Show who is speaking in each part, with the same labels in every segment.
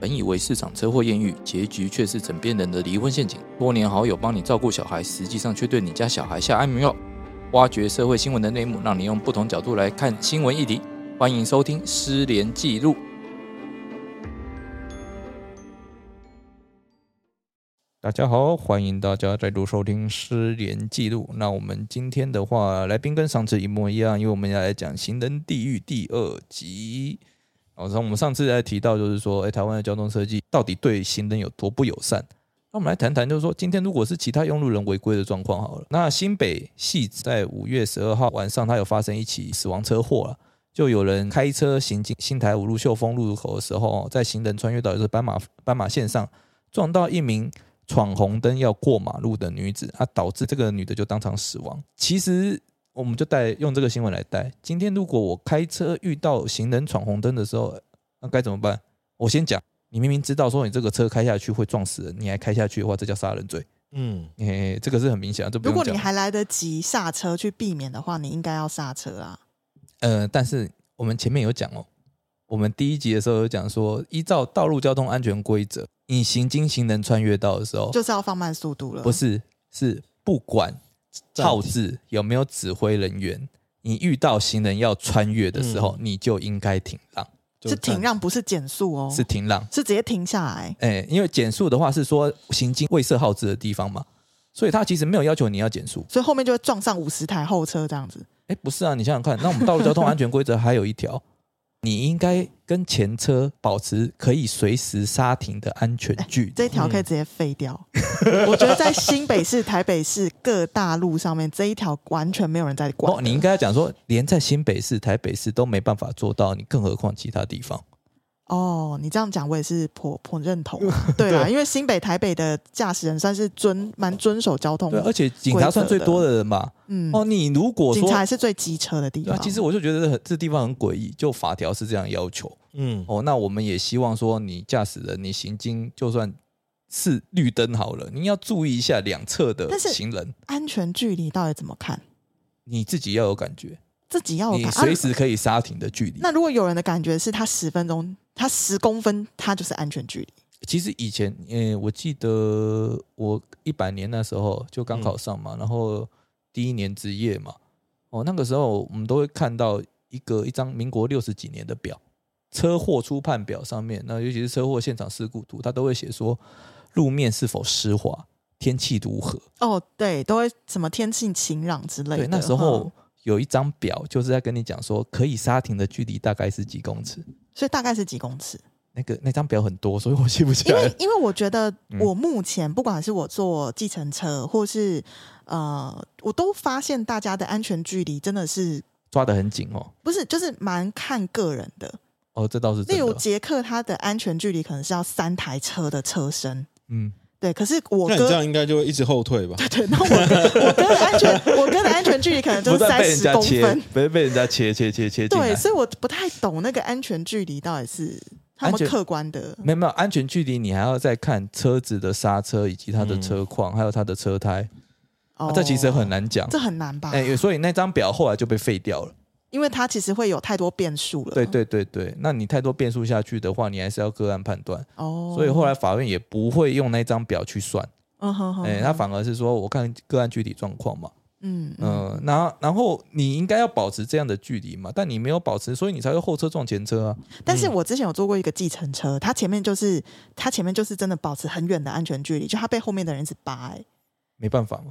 Speaker 1: 本以为市场车祸艳遇，结局却是枕边人的离婚陷阱。多年好友帮你照顾小孩，实际上却对你家小孩下安眠药。挖掘社会新闻的内幕，让你用不同角度来看新闻议题。欢迎收听《失联记录》。大家好，欢迎大家再度收听《失联记录》。那我们今天的话，来宾跟上次一模一样，因为我们要来讲《行人地狱》第二集。哦，然后我们上次来提到，就是说，哎，台湾的交通设计到底对行人有多不友善？那我们来谈谈，就是说，今天如果是其他用路人违规的状况好了，那新北系在五月十二号晚上，它有发生一起死亡车祸了。就有人开车行经新台五路秀峰路口的时候，哦在行人穿越到就是斑马斑马线上，撞到一名闯红灯要过马路的女子，啊，导致这个女的就当场死亡。其实我们就带用这个新闻来带，今天如果我开车遇到行人闯红灯的时候，那该怎么办？我先讲，你明明知道说你这个车开下去会撞死人，你还开下去的话，这叫杀人罪。
Speaker 2: 嗯，
Speaker 1: 嘿、这个是很明显啊，这不
Speaker 3: 如
Speaker 1: 用
Speaker 3: 果
Speaker 1: 讲
Speaker 3: 你。还来得及刹车去避免的话，你应该要刹车啊。
Speaker 1: 呃，但是我们前面有讲哦，我们第一集的时候有讲说，依照道路交通安全规则，你行经行人穿越道的时候，
Speaker 3: 就是要放慢速度了。
Speaker 1: 哦不，是是不管
Speaker 2: 暂
Speaker 1: 号
Speaker 2: 停
Speaker 1: 志有没有指挥人员，你遇到行人要穿越的时
Speaker 3: 嗯
Speaker 1: 候，你就应该停让，
Speaker 3: 是停让，不是减速哦，
Speaker 1: 是停让。
Speaker 3: 是直接停下来。
Speaker 1: 哎、因为减速的话是说行经未设号志的地方嘛，所以他其实没有要求你要减速。
Speaker 3: 所以后面就会撞上五十台后车这样子。
Speaker 1: 哎，不是啊，你想想看，那我们道路交通安全规则还有一条， 你应该跟前车保持可以随时刹停的安全距离。
Speaker 3: 哎这一条可以直接废掉。
Speaker 1: 嗯
Speaker 3: 我觉得在新北市、台北市各大路上面，这一条完全没有人在管的。
Speaker 1: 哦，你应该要讲说，连在新北市、台北市都没办法做到，你更何况其他地方？
Speaker 3: 哦，你这样讲我也是颇颇认 同啊。对啦，因为新北、台北的驾驶人算是遵蛮遵守交通
Speaker 1: 对，，啊而且警察算最多的人嘛。
Speaker 3: 嗯，
Speaker 1: 哦，你如果
Speaker 3: 警察
Speaker 1: 说
Speaker 3: 还，是最机车的地
Speaker 1: 对啊
Speaker 3: 方。
Speaker 1: 其实我就觉得这很这地方很诡异，就法条是这样要求。
Speaker 2: 嗯，
Speaker 1: 哦，那我们也希望说，你驾驶人你行经就算是绿灯好了，你要注意一下两侧的
Speaker 3: 但是
Speaker 1: 行人，
Speaker 3: 安全距离到底怎么看？
Speaker 1: 你自己要有感觉。
Speaker 3: 自己要有
Speaker 1: 你
Speaker 3: 感
Speaker 1: 随
Speaker 3: 啊
Speaker 1: 时可以刹停的距离。
Speaker 3: 那如果有人的感觉是他十分钟，他十公分，他就是安全距离。
Speaker 1: 其实以前，诶、我记得我一百年那时候就刚考上嘛，然后第一年职业嘛，哦，那个时候我们都会看到一个一张民国六十几年的表，车祸初判表上面，那尤其是车祸现场事故图，它都会写说路面是否湿滑，天气如何。
Speaker 3: 哦，对，都会什么天气晴朗之类的。
Speaker 1: 对，那时
Speaker 3: 嗯
Speaker 1: 候有一张表就是在跟你讲说可以刹停的距离大概是几公尺。
Speaker 3: 所以大概是几公尺？
Speaker 1: 那个那张表很多，所以我记不起
Speaker 3: 因
Speaker 1: 来了
Speaker 3: 为。因为我觉得
Speaker 1: 嗯
Speaker 3: 我目前不管是我坐计程车，或是呃，我都发现大家的安全距离真的是
Speaker 1: 抓得很紧哦。
Speaker 3: 不是就是蛮看个人的。
Speaker 1: 哦，这倒是
Speaker 3: 例
Speaker 1: 真
Speaker 3: 如
Speaker 1: 的。
Speaker 3: 杰克，他的安全距离可能是要三台车的车身。
Speaker 1: 嗯，
Speaker 3: 对，可是我
Speaker 2: 那你这
Speaker 3: 哥
Speaker 2: 样应该就会一直后退吧？
Speaker 3: 对，那我哥我哥的安全，我哥的安全距离可能就
Speaker 1: 不
Speaker 3: 是
Speaker 1: 再
Speaker 3: 三
Speaker 1: 被人
Speaker 3: 十
Speaker 1: 家
Speaker 3: 公
Speaker 1: 切
Speaker 3: 分。，
Speaker 1: 被被人家切切切切进
Speaker 3: 对，
Speaker 1: 来。
Speaker 3: 所以我不太懂那个安全距离到底是他
Speaker 1: 安全
Speaker 3: 们客观的。
Speaker 1: 没有没有，安全距离你还要再看车子的刹车以及它的车况，还有它的车胎，
Speaker 3: 嗯哦
Speaker 1: 啊这其实很，难讲。
Speaker 3: 这啊很难吧？
Speaker 1: 哎、所以那张表后来就被废掉了。
Speaker 3: 因为它其实会有太多变数了。
Speaker 1: 对，对对对，那你太多变数下去的话，你还是要个案判断。
Speaker 3: 哦，
Speaker 1: 所以后来法院也不会用那张表去算，
Speaker 3: 嗯哼哼，
Speaker 1: 哎、他反而是说我看个案具体状况嘛。
Speaker 3: 嗯嗯，
Speaker 1: 嗯，然后然后你应该要保持这样的距离嘛，但你没有保持，所以你才会后车撞前车啊。
Speaker 3: 但是我之前有坐过一个计程车，它前面就是它前面就是真的保持很远的安全距离，就它被后面的人一直扒、哎，
Speaker 1: 没办法嘛，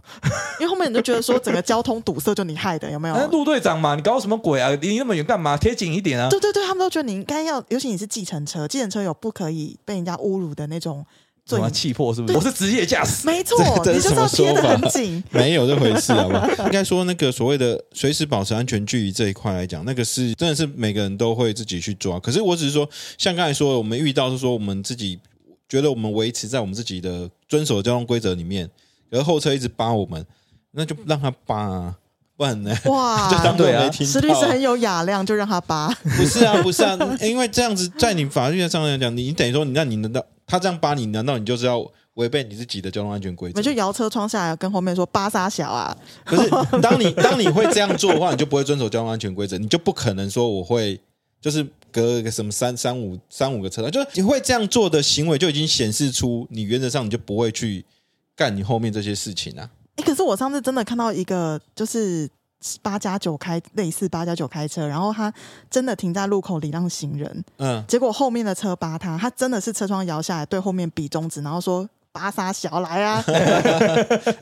Speaker 3: 因为后面人就觉得说整个交通堵塞就你害的，有没有？
Speaker 1: 那哎陆队长嘛，你搞什么鬼啊？离那么远干嘛？贴紧一点啊！
Speaker 3: 对对对，他们都觉得你应该要，尤其你是计程车，计程车有不可以被人家侮辱的那种
Speaker 1: 什
Speaker 3: 罪
Speaker 1: 么气魄是不是？我是职业驾驶，
Speaker 3: 没错，
Speaker 2: 这
Speaker 3: 你
Speaker 2: 这是
Speaker 3: 就是要
Speaker 2: 什么
Speaker 3: 贴的
Speaker 2: 说法
Speaker 3: 很紧。
Speaker 2: 没有这回事，好不好？ 应该说那个所谓的随时保持安全距离这一块来讲，那个是真的是每个人都会自己去抓。可是我只是说，像刚才说，我们遇到是说我们自己觉得我们维持在我们自己的遵守交通规则里面，可是后车一直扒我们，那就让他扒啊，不然呢？
Speaker 3: 哇，
Speaker 2: 就当做
Speaker 1: 对啊
Speaker 2: 没听
Speaker 3: 石律
Speaker 2: 到
Speaker 3: 师
Speaker 2: 啊。
Speaker 3: 很有雅量，就让他扒。
Speaker 2: 不是啊，不是啊，因为这样子在你法律上来讲，你你等于说，你那你难道他这样扒你，难道你就是要违背你自己的交通安全规
Speaker 3: 我
Speaker 2: 则
Speaker 3: 们？就摇车窗下来，跟后面说巴沙小 啊，
Speaker 2: 不是，当你当你会这样做的话，你就不会遵守交通安全规则，你就不可能说我会就是隔个什么三三五三五个车道，就是你会这样做的行为，就已经显示出你原则上你就不会去干你后面这些事情啊。
Speaker 3: 哎、可是我上次真的看到一个，就是八加九开类似八加九开车，然后他真的停在路口礼让行人，
Speaker 2: 嗯，
Speaker 3: 结果后面的车扒他，他真的是车窗摇下来，对后面比中指，然后说。巴沙小来啊！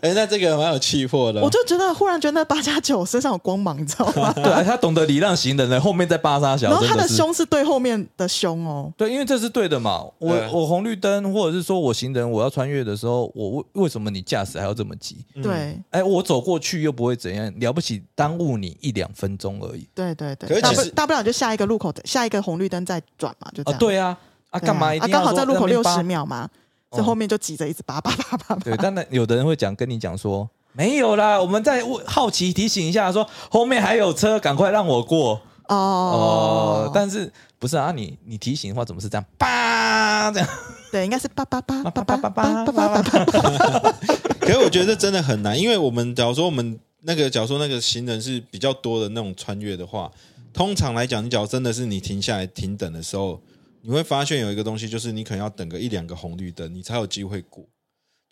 Speaker 2: 哎，那这个蛮有气魄的。哦
Speaker 3: 我就觉得忽然觉得那八加九身上有光芒，你知道吗？
Speaker 1: 对啊，他 懂得礼让行人了，后面在巴沙小，
Speaker 3: 然后
Speaker 1: 真
Speaker 3: 他的
Speaker 1: 是
Speaker 3: 胸是对后面的胸哦，
Speaker 1: 对，因为这是对的嘛。我
Speaker 2: 对
Speaker 1: 我红绿灯，或者是说我行人，我要穿越的时候，我为为什么你驾驶还要这么急？
Speaker 2: 嗯
Speaker 3: 对
Speaker 1: 哎，我走过去又不会怎样，了不起耽误你一两分钟而已。
Speaker 3: 对对对，
Speaker 2: 可是
Speaker 3: 大
Speaker 2: 其
Speaker 3: 不
Speaker 2: 实
Speaker 3: 大不了就下一个路口，下一个红绿灯再转嘛，就
Speaker 1: 啊，
Speaker 3: 这样。
Speaker 1: 对啊，啊，
Speaker 3: 对啊，
Speaker 1: 干嘛一
Speaker 3: 啊
Speaker 1: 定
Speaker 3: 刚
Speaker 1: 要
Speaker 3: 好
Speaker 1: 说
Speaker 3: 在路口
Speaker 1: 那边
Speaker 3: 六
Speaker 1: 扒
Speaker 3: 十秒嘛，这
Speaker 1: 哦
Speaker 3: 后面就挤着一直叭叭叭叭叭。
Speaker 1: 对，当然有的人会讲跟你讲说没有啦，我们在问好奇提醒一下说，后面还有车，赶快让我过哦、
Speaker 3: 哦，
Speaker 1: 但是不是啊？你你提醒的话怎么是这样？叭这样
Speaker 3: 对，应该是叭叭叭叭
Speaker 1: 叭
Speaker 3: 叭
Speaker 1: 叭
Speaker 3: 叭
Speaker 1: 叭
Speaker 3: 叭
Speaker 1: 叭
Speaker 3: 叭叭叭。
Speaker 2: 可是我觉得这真的很难，因为我们假如说我们那个，假如说那个行人是比较多的那种穿越的话，通常来讲，你假如真的是你停下来停等的时候，你会发现有一个东西，就是你可能要等个一两个红绿灯，你才有机会过。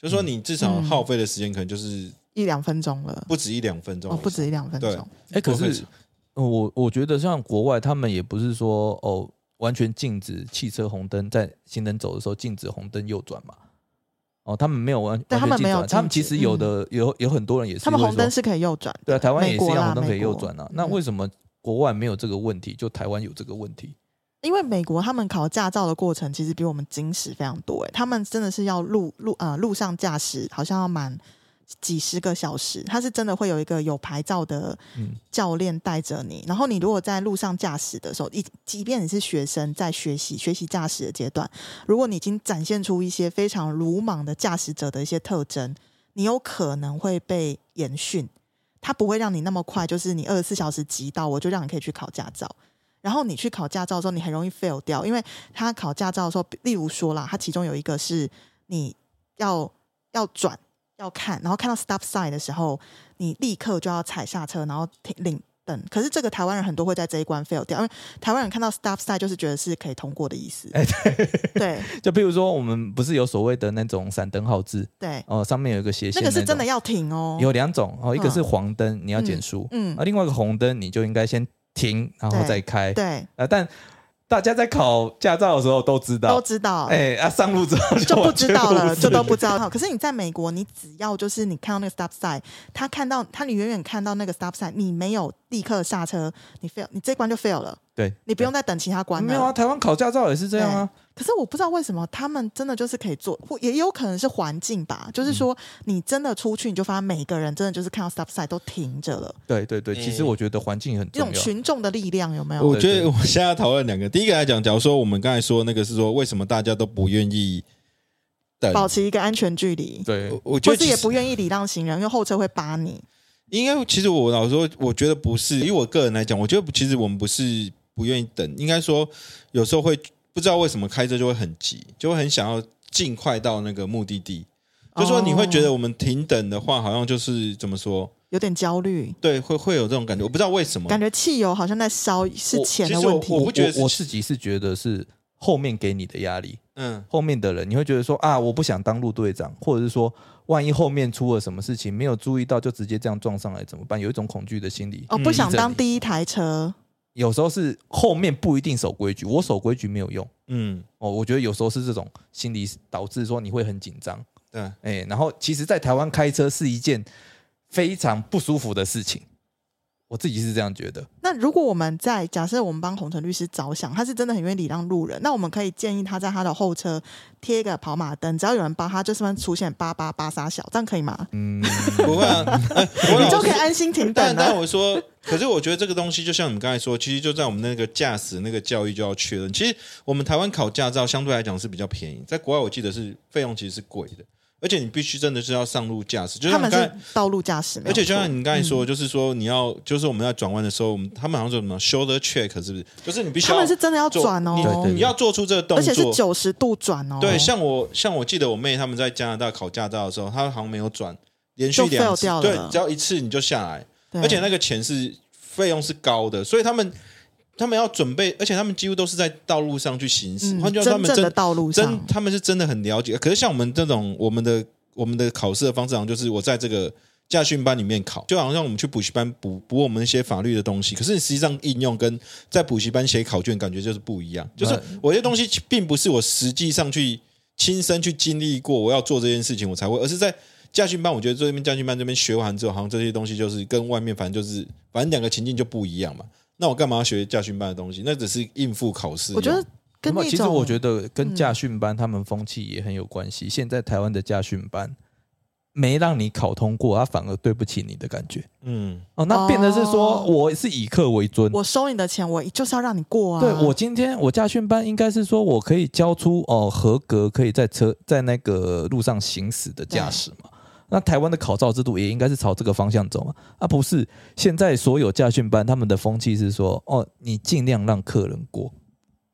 Speaker 2: 就是说，你至少
Speaker 3: 嗯
Speaker 2: 耗费的时间可能就是
Speaker 3: 一两分钟了，
Speaker 2: 不止一两分钟、
Speaker 3: 哦，不止一两分
Speaker 2: 对
Speaker 3: 钟。
Speaker 1: 哎、 可
Speaker 2: 不会
Speaker 1: 是呃我我觉得像国外，他们也不是说哦完全禁止汽车红灯在行人走的时候禁止红灯右转嘛。哦，他们没有完，
Speaker 3: 对
Speaker 1: 完
Speaker 3: 他
Speaker 1: 全
Speaker 3: 们
Speaker 1: 禁
Speaker 3: 没
Speaker 1: 止
Speaker 3: 有
Speaker 1: 啊他们
Speaker 3: 禁
Speaker 1: 其
Speaker 3: 止
Speaker 1: 实有的、有有很多人也是
Speaker 3: 他们
Speaker 1: 会
Speaker 3: 红灯
Speaker 1: 说
Speaker 3: 是可以右转的，
Speaker 1: 对啊，台湾
Speaker 3: 美
Speaker 1: 也是一
Speaker 3: 国
Speaker 1: 样，
Speaker 3: 啦
Speaker 1: 红灯可以
Speaker 3: 美国
Speaker 1: 右转啊。那
Speaker 3: 嗯
Speaker 1: 为什么国外没有这个问题，就台湾有这个问题？
Speaker 3: 因为美国他们考驾照的过程其实比我们精实非常多、欸，他们真的是要路路呃路上驾驶，好像要满几十个小时，他是真的会有一个有牌照的
Speaker 1: 嗯
Speaker 3: 教练带着你，然后你如果在路上驾驶的时候，一即便你是学生在学习学习驾驶的阶段，如果你已经展现出一些非常鲁莽的驾驶者的一些特征，你有可能会被严训。他不会让你那么快，就是你二十四小时急到，我就让你可以去考驾照。然后你去考驾照的时候，你很容易 fail 掉，因为他考驾照的时候，例如说啦，他其中有一个是你要要转要看，然后看到 stop sign 的时候，你立刻就要踩刹车，然后停领等。可是这个台湾人很多会在这一关 fail 掉，因为台湾人看到 stop sign 就是觉得是可以通过的意思。
Speaker 1: 哎
Speaker 3: 对
Speaker 1: 就比如说，我们不是有所谓的那种闪灯号志
Speaker 3: 对，
Speaker 1: 哦，上面有一个斜
Speaker 3: 那
Speaker 1: 线
Speaker 3: 个
Speaker 1: 种，
Speaker 3: 是真的要停哦。
Speaker 1: 有两种哦，一个
Speaker 3: 嗯
Speaker 1: 是黄灯，你要减速，
Speaker 3: 嗯
Speaker 1: 啊，，另外一个红灯，你就应该先停，然后
Speaker 3: 对
Speaker 1: 再开。
Speaker 3: 对，
Speaker 1: 啊，但大家在考驾照的时候都知
Speaker 3: 都
Speaker 1: 道，
Speaker 3: 知道。
Speaker 1: 哎、啊，上路之后
Speaker 3: 就不知道 了，就
Speaker 1: 就
Speaker 3: 都不知道了。可是你在美国，你只要就是你看到那个 stop sign，他看到他你远远看到那个 stop sign，你没有立刻刹车，你 fail，你这关就 fail 了，
Speaker 1: 对，
Speaker 3: 你不用再等其他关
Speaker 1: 没有啊，
Speaker 3: 了。
Speaker 1: 台湾考驾照也是这样啊，
Speaker 3: 可是我不知道为什么他们真的就是可以做，或也有可能是环境吧，就是说你真的出去，你就发现每个人真的就是看到 stop sign 都停着了，
Speaker 1: 对对对，其实
Speaker 2: 嗯
Speaker 1: 我觉得环境很
Speaker 3: 这
Speaker 1: 重
Speaker 3: 种
Speaker 1: 要。
Speaker 3: 群众的力量有没有？
Speaker 2: 我觉得我现在要讨论两个，第一个来讲，假如说我们刚才说那个是说为什么大家都不愿意等，
Speaker 3: 保持一个安全距离，
Speaker 1: 对
Speaker 2: 我，我觉
Speaker 3: 或
Speaker 2: 得
Speaker 3: 是
Speaker 2: 其
Speaker 3: 也
Speaker 2: 实
Speaker 3: 不愿意礼让行人，因为后车会扒你。
Speaker 2: 应该其实我老实说，我觉得不是，以我个人来讲，我觉得其实我们不是不愿意等，应该说有时候会不知道为什么开车就会很急，就会很想要尽快到那个目的地。就说你会觉得
Speaker 3: 哦
Speaker 2: 我们停等的话，好像就是怎么说？
Speaker 3: 有点焦虑，
Speaker 2: 对，会会有这种感觉，我不知道为什么
Speaker 3: 感。觉汽油好像在烧，是
Speaker 2: 哦我
Speaker 3: 钱的
Speaker 2: 其实我
Speaker 3: 问题
Speaker 2: 我不觉得是
Speaker 1: 我我自己是觉得是后面给你的压力，
Speaker 2: 嗯，
Speaker 1: 后面的人你会觉得说啊，我不想当路队长，或者是说万一后面出了什么事情没有注意到，就直接这样撞上来怎么办？有一种恐惧的心理。
Speaker 3: 哦，
Speaker 2: 嗯
Speaker 3: 不想
Speaker 1: 理解
Speaker 3: 当
Speaker 1: 你
Speaker 3: 第一台车，
Speaker 1: 有时候是后面不一定守规矩，我守规矩没有用
Speaker 2: 嗯，
Speaker 1: 哦。我觉得有时候是这种心理导致说你会很紧张。
Speaker 2: 对，
Speaker 1: 哎、然后其实，在台湾开车是一件非常不舒服的事情，我自己是这样觉得。
Speaker 3: 那如果我们在假设我们帮红尘律师着想，他是真的很愿意礼让路人，那我们可以建议他在他的后车贴一个跑马灯，只要有人扒他，就是会出现八八八傻小，这样可以吗？
Speaker 1: 嗯，
Speaker 2: 不会啊，哎我
Speaker 3: 你
Speaker 2: 老
Speaker 3: 就
Speaker 2: 实
Speaker 3: 可以安心 停
Speaker 2: 但
Speaker 3: 等
Speaker 2: 但
Speaker 3: 了。
Speaker 2: 我说，可是我觉得这个东西就像你们刚才说，其实就在我们那个驾驶那个教育就要确认。其实我们台湾考驾照相对来讲是比较便宜，在国外我记得是费用其实是贵的，而且你必须真的是要上路驾驶，就是
Speaker 3: 他
Speaker 2: 像
Speaker 3: 们
Speaker 2: 刚才
Speaker 3: 是道路驾驶，没
Speaker 2: 而
Speaker 3: 有
Speaker 2: 且
Speaker 3: 错嗯
Speaker 2: 就像你刚才说，就是说你要，就是我们要转弯的时候，我们他们好像说什么 shoulder check 是不是？就是你必须
Speaker 3: 他
Speaker 2: 要
Speaker 3: 们是真的要
Speaker 2: 做
Speaker 3: 转
Speaker 2: 你
Speaker 1: 对
Speaker 3: 哦
Speaker 1: 对，
Speaker 2: 你要做出这个动
Speaker 3: 而且是
Speaker 2: 作。
Speaker 3: 九十度转哦。
Speaker 2: 对，像我像我记得我妹他们在加拿大考驾照的时候，她好像没有转，连续
Speaker 3: 就
Speaker 2: 两
Speaker 3: fail
Speaker 2: 次
Speaker 3: 掉，了
Speaker 2: 对，只要一次你就下来。
Speaker 3: 对
Speaker 2: 而且那个钱是费用是高的，所以他们他们要准备，而且他们几乎都是在道路上去行驶。换、句话说，他
Speaker 3: 嗯真
Speaker 2: 们
Speaker 3: 正的
Speaker 2: 真
Speaker 3: 道路上
Speaker 2: 真，他们是真的很了解。可是像我们这种，我们的我们的考试的方式，好像就是我在这个驾训班里面考，就好像我们去补习班补补我们一些法律的东西。可是你实际上应用跟在补习班写考卷感觉就是不一样，就是我这东西并不是我实际上去亲身去经历过，我要做这件事情我才会，而是在。驾训班，我觉得这边驾训班这边学完之后，好像这些东西就是跟外面，反正就是反正两个情境就不一样嘛。那我干嘛要学驾训班的东西？那只是应付考试用。
Speaker 3: 我觉得跟
Speaker 1: 那么
Speaker 3: 那种嗯
Speaker 1: 其实我觉得跟驾训班他们风气也很有关系。现在台湾的驾训班没让你考通过，他反而对不起你的感觉。
Speaker 2: 嗯，
Speaker 1: 哦，那变得是说
Speaker 3: 哦
Speaker 1: 我是以客为尊。
Speaker 3: 我收你的钱，我就是要让你过啊。
Speaker 1: 对我今天我驾训班应该是说我可以交出哦合格可以在车在那个路上行驶的驾驶嘛。那台湾的考照制度也应该是朝这个方向走嘛？啊，不是，现在所有驾训班他们的风气是说，哦，你尽量让客人过，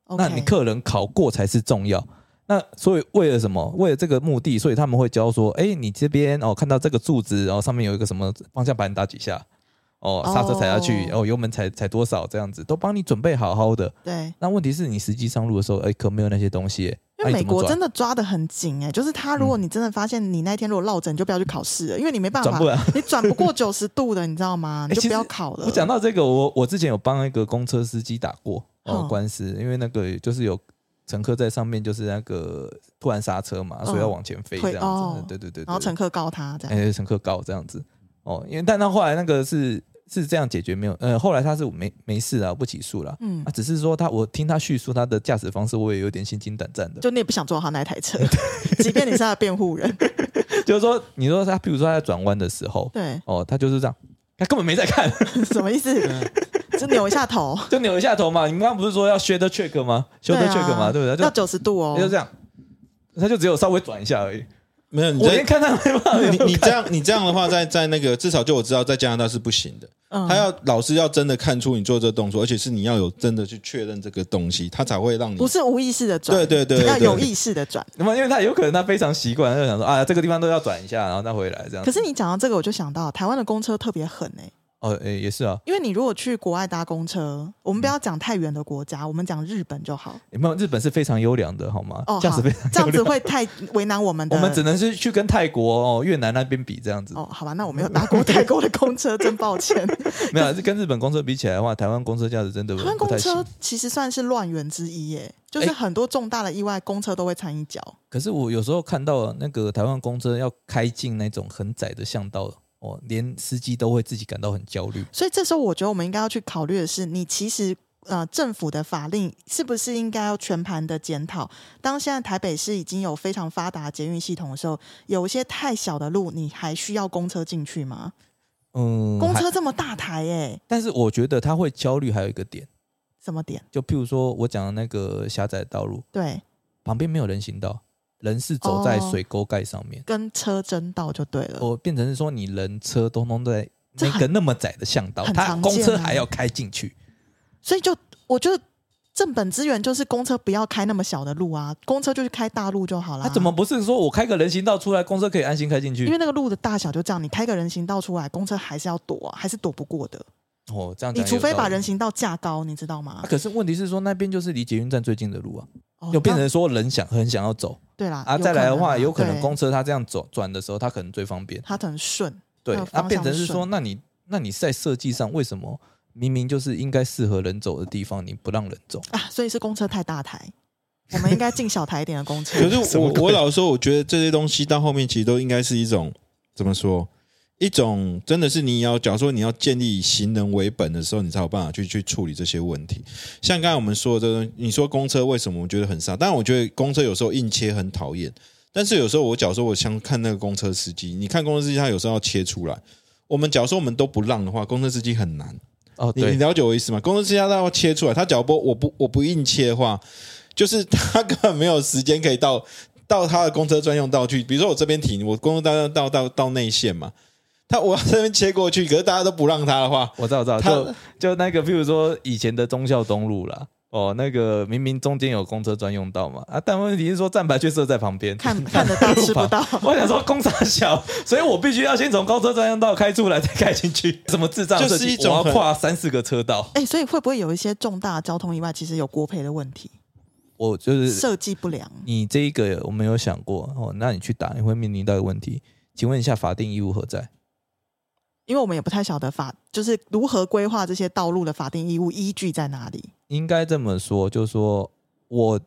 Speaker 1: 那
Speaker 3: OK
Speaker 1: 你客人考过才是重要。那所以为了什么？为了这个目的，所以他们会教说，哎、你这边哦，看到这个柱子，哦，上面有一个什么方向盘打几下，哦，刹车踩下去，
Speaker 3: 哦
Speaker 1: 哦，油门踩踩多少，这样子都帮你准备好好的。
Speaker 3: 对，
Speaker 1: 那问题是你实际上路的时候，哎、可没有那些东西、欸，啊
Speaker 3: 因为
Speaker 1: 你
Speaker 3: 美
Speaker 1: 怎么
Speaker 3: 国
Speaker 1: 转
Speaker 3: 真的抓的很紧哎、就是他如果你真的发现你那天如果落枕，你就不要去考试了，因为你没办
Speaker 1: 转
Speaker 3: 法
Speaker 1: 不，来。 哎
Speaker 3: 你转不过九十度的，你知道吗？你
Speaker 1: 其
Speaker 3: 就
Speaker 1: 实
Speaker 3: 不要考了。
Speaker 1: 我讲到这个，我我之前有帮一个公车司机打过哦、
Speaker 3: 嗯
Speaker 1: 官司，因为那个就是有乘客在上面，就是那个突然刹车嘛，所以要往前飞这
Speaker 3: 推
Speaker 1: 样子。
Speaker 3: 哦
Speaker 1: 对对对对
Speaker 3: 然后乘客告他这样，
Speaker 1: 哎、乘客告这样子哦，因为但他后来那个是是这样解决没有？呃，后来他是没没事啊，不起诉了。
Speaker 3: 嗯
Speaker 1: 啊，，只是说他，我听他叙述他的驾驶方式，我也有点心惊胆战的。
Speaker 3: 就你也不想坐他那台车，即便你是他的辩 护人，
Speaker 1: 就是说，你说他，比如说他在转弯的时候，
Speaker 3: 对，
Speaker 1: 哦，他就是这样，他根本没在看，
Speaker 3: 什么意思？就扭一下头，啊
Speaker 1: 就扭一下头嘛。你们刚刚不是说要 shoulder check 吗？shoulder check 嘛，对不对？
Speaker 3: 要
Speaker 1: 就
Speaker 3: 九十度哦
Speaker 1: 他就，这样，他就只有稍微转一下而已。
Speaker 2: 没有你
Speaker 1: 我
Speaker 2: 在
Speaker 1: 连看他没办法，
Speaker 2: 你你这样你这样的话，在在那个至少就我知道，在加拿大是不行的。
Speaker 3: 嗯
Speaker 2: 他要老师要真的看出你做这动作，而且是你要有真的去确认这个东西，他才会让你
Speaker 3: 不是无意识的转，
Speaker 2: 对对对对
Speaker 3: 要
Speaker 2: 对
Speaker 3: 有意识的转。
Speaker 1: 那么因为他有可能他非常习惯，他就想说啊，这个地方都要转一下，然后再回来这样。
Speaker 3: 可是你讲到这个，我就想到台湾的公车特别狠哎、
Speaker 1: 哦，哎、也是啊，
Speaker 3: 因为你如果去国外搭公车，我们不要讲太远的国家，我们讲日本就好。
Speaker 1: 有没有日本是非常优良的，好吗？
Speaker 3: 哦，
Speaker 1: 驾驶
Speaker 3: 好
Speaker 1: 非常
Speaker 3: 这样
Speaker 1: 优
Speaker 3: 子
Speaker 1: 良，
Speaker 3: 会太为难我们的。
Speaker 1: 我们只能是去跟泰国、哦、越南那边比这样子。
Speaker 3: 哦，好吧，那我没有搭过泰国的 公车，真抱歉。
Speaker 1: 没有，啊跟日本公车比起来的话，台湾公车价值真的
Speaker 3: 台湾
Speaker 1: 不
Speaker 3: 公
Speaker 1: 太
Speaker 3: 车
Speaker 1: 行。
Speaker 3: 其实算是乱源之一耶，就是
Speaker 1: 哎
Speaker 3: 很多重大的意外，公车都会掺一脚。
Speaker 1: 可是我有时候看到那个台湾公车要开进那种很窄的巷道，哦，连司机都会自己感到很焦虑。
Speaker 3: 所以这时候，我觉得我们应该要去考虑的是，你其实呃，政府的法令是不是应该要全盘的检讨？当现在台北市已经有非常发达的捷运系统的时候，有一些太小的路，你还需要公车进去吗？
Speaker 1: 嗯，
Speaker 3: 公
Speaker 1: 还，
Speaker 3: 车这么大台耶，
Speaker 1: 但是我觉得他会焦虑还有一个点，
Speaker 3: 什么点？
Speaker 1: 就譬如说我讲的那个狭窄的道路，
Speaker 3: 对，
Speaker 1: 旁边没有人行道，人是走在
Speaker 3: 哦
Speaker 1: 水沟盖上面，
Speaker 3: 跟车争道就对了。
Speaker 1: 我、哦变成是说你人车通通都在
Speaker 3: 这
Speaker 1: 那个那么窄的巷道，
Speaker 3: 很
Speaker 1: 他
Speaker 3: 常
Speaker 1: 公车
Speaker 3: 见啊
Speaker 1: 还要开进去。
Speaker 3: 所以就我觉得正本资源就是公车不要开那么小的路啊，公车就去开大路就好了。
Speaker 1: 啊他怎么？不是说我开个人行道出来，公车可以安心开进
Speaker 3: 啊因
Speaker 1: 去
Speaker 3: 为？那个路的大小就这样，你开个人行道出来，公车还是要躲、啊，还是躲不过的。
Speaker 1: 哦，这样
Speaker 3: 你
Speaker 1: 讲
Speaker 3: 除
Speaker 1: 有
Speaker 3: 非
Speaker 1: 道理
Speaker 3: 把人、行道架高，你知道吗
Speaker 1: 啊。？可是问题是说，那边就是离捷运站最近的路啊，
Speaker 3: 哦
Speaker 1: 有变
Speaker 3: 那
Speaker 1: 成说人想很想要走
Speaker 3: 对啦
Speaker 1: 啊。再来的话，有可能
Speaker 3: 对
Speaker 1: 公车它这样走转的时候，它可能最方便。
Speaker 3: 它很顺，
Speaker 1: 对
Speaker 3: 那，
Speaker 1: 那
Speaker 3: 方向
Speaker 1: 变成是说，
Speaker 3: 顺啊
Speaker 1: 那你那你在设计上为什么明明就是应该适合人走的地方，你不让人走？
Speaker 3: 啊，所以是公车太大台，我们应该进小台一点的公 车。
Speaker 2: 可是
Speaker 1: 什么
Speaker 2: 我
Speaker 1: 鬼
Speaker 2: 我老实说，我觉得这些东西到后面其实都应该是一种怎么说？一种真的是你要，假如说你要建立以行人为本的时候，你才有办法去去处理这些问题。像刚才我们说的这个，你说公车为什么我觉得很傻？当然，我觉得公车有时候硬切很讨厌，但是有时候我假如说我想看那个公车司机，你看公车司机他有时候要切出来，我们假如说我们都不让的话，公车司机很难。
Speaker 1: 哦，
Speaker 2: 你你
Speaker 1: 对，
Speaker 2: 了解我意思吗？公司之家他要切出来，他脚波我不我不硬切的话，就是他 根本没有时间可以到到他的公车专用道去。比如说我这边停，我公车专用道到到内线嘛，他我要这边切过去，可是大家都不让他的话，
Speaker 1: 我知道，我知道，
Speaker 2: 他
Speaker 1: 就就那个，譬如说以前的忠孝东路啦，哦，那个明明中间有公车专用道嘛，啊，但问题是说站牌却设在旁边，
Speaker 3: 看看得到吃不到
Speaker 1: 我想说公差小，所以我必须要先从公车专用道开出来，再开进去。 什么智障设计？
Speaker 2: 就是一种
Speaker 1: 我要
Speaker 2: 很
Speaker 1: 跨三四个车道，
Speaker 3: 哎、所以会不会有一些重大交通意外，其实有国赔的问题，
Speaker 1: 我就是
Speaker 3: 设计不良？
Speaker 1: 你这一个我没有想过哦，那你去打你会面临到一个问题，请问一下法定义务何在？
Speaker 3: 因为我们也不太晓得法，就是如何规划这些道路的法定义务依据在哪里。
Speaker 1: 应该这么说，就是说我，譬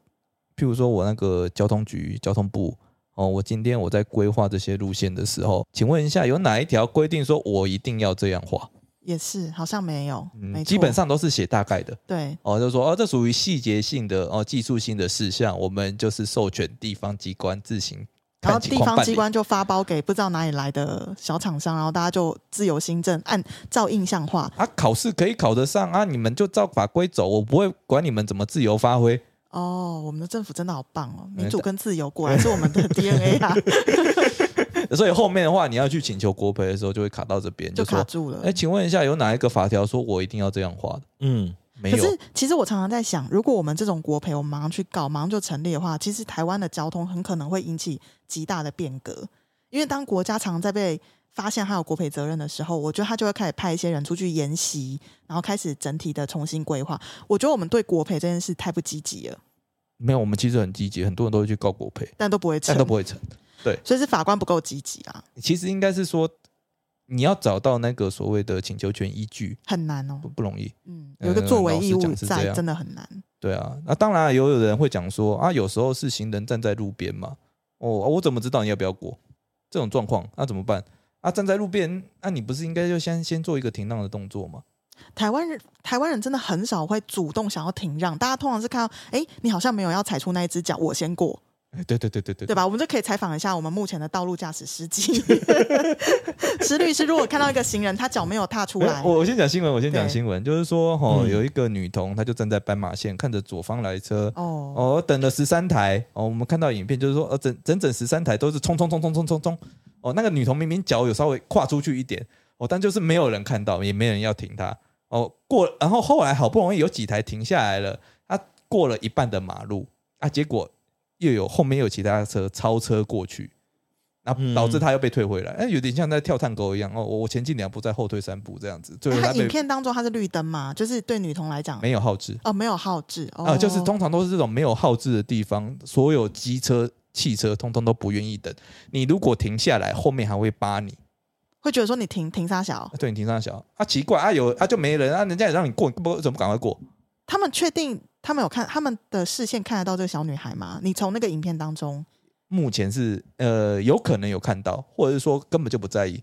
Speaker 1: 如说我那个交通局、交通部哦，我今天我在规划这些路线的时候，请问一下，有哪一条规定说我一定要这样画？
Speaker 3: 也是，好像没有，没
Speaker 1: 嗯，
Speaker 3: 错
Speaker 1: 基本上都是写大概的。
Speaker 3: 对，
Speaker 1: 哦，就说哦，这属于细节性的哦，技术性的事项，我们就是授权地方机关自行
Speaker 3: 然
Speaker 1: 看
Speaker 3: 后
Speaker 1: 情
Speaker 3: 地
Speaker 1: 况
Speaker 3: 方
Speaker 1: 办
Speaker 3: 机
Speaker 1: 理。
Speaker 3: 关就发包给不知道哪里来的小厂商，然后大家就自由新政，按照印象化。
Speaker 1: 啊，考试可以考得上啊，你们就照法规走，我不会管你们怎么自由发挥。
Speaker 3: 哦，我们的政府真的好棒哦，
Speaker 1: 哎
Speaker 3: 民主跟自由果然是我 们的 DNA 啊，
Speaker 1: 所以后面的话，你要去请求国赔的时候，就会卡到这边，
Speaker 3: 就
Speaker 1: 说
Speaker 3: 卡，住了
Speaker 1: 哎，。请问一下，有哪一个法条说我一定要这样画的？
Speaker 2: 嗯，
Speaker 1: 没
Speaker 3: 可
Speaker 1: 有，
Speaker 3: 是，其实我常常在想，如果我们这种国赔，我们马上去告，马上就成立的话，其实台湾的交通很可能会引起极大的变革。因为当国家常在被发现它有国赔责任的时候，我觉得他就会开始派一些人出去研习，然后开始整体的重新规划。我觉得我们对国赔这件事太不积极了，
Speaker 1: 没有，我们其实很积极，很多人都会去告国赔，
Speaker 3: 但都不会成
Speaker 1: 但都，不会成。
Speaker 3: 所以是法官不够积极啊，
Speaker 1: 其实应该是说，你要找到那个所谓的请求权依据，
Speaker 3: 很难哦
Speaker 1: 不。不容易。
Speaker 3: 嗯，
Speaker 1: 呃
Speaker 3: 有一个作为义
Speaker 1: 老实
Speaker 3: 务
Speaker 1: 讲是这
Speaker 3: 在，
Speaker 1: 样
Speaker 3: 真的很难。
Speaker 1: 对啊，那当然有有人会讲说啊，有时候是行人站在路边嘛，哦，啊我怎么知道你要不要过？这种状况那、怎么办？啊，站在路边，那、你不是应该就先先做一个停让的动作吗？
Speaker 3: 台湾人台湾人真的很少会主动想要停让，大家通常是看到，哎、你好像没有要踩出那一只脚，我先过。
Speaker 1: 哎，对对对对对
Speaker 3: 对吧？我们就可以采访一下我们目前的道路驾驶 司机、石律师。如果看到一个行人，他脚没有踏出
Speaker 1: 没有哦
Speaker 3: 来，
Speaker 1: 哎我我先讲新闻，我先讲
Speaker 3: 对
Speaker 1: 新闻，就是说哦，
Speaker 2: 嗯
Speaker 1: 有一个女童，她就站在斑马线，看着左方来车，
Speaker 3: 哦，
Speaker 1: 哦，等了十三台哦，我们看到影片就是说，呃，整整整十三台都是冲冲冲冲冲冲冲，哦，那个女童明明脚有稍微跨出去一点，哦，但就是没有人看到，也没人要停她，哦，过，然后后来好不容易有几台停下来了，她过了一半的马路，啊，结果又有后面又有其他车超车过去。那
Speaker 2: 嗯
Speaker 1: 导致她又被退回来，哎、有点像在跳探戈一样哦。我我前进两步，再后退三步这样子，最后
Speaker 3: 他
Speaker 1: 她
Speaker 3: 啊影
Speaker 1: 被
Speaker 3: 片当中他是绿灯嘛，就是对女童来讲，
Speaker 1: 没有好志。
Speaker 3: 哦，没有号志，哦，
Speaker 1: 啊、就是通常都是这种没有号志的地方，所有机车、汽车通通都不愿意等。你如果停下来，后面还会扒你，
Speaker 3: 会觉得说你停停啥小
Speaker 1: 啊，对你停上小啊，奇怪啊，有啊就没人啊，人家也让你过，你不怎么赶快过？
Speaker 3: 他们确定他们有看他们的视线看得到这个小女孩吗？你从那个影片当中，
Speaker 1: 目前是呃，有可能有看到，或者是说根本就不在意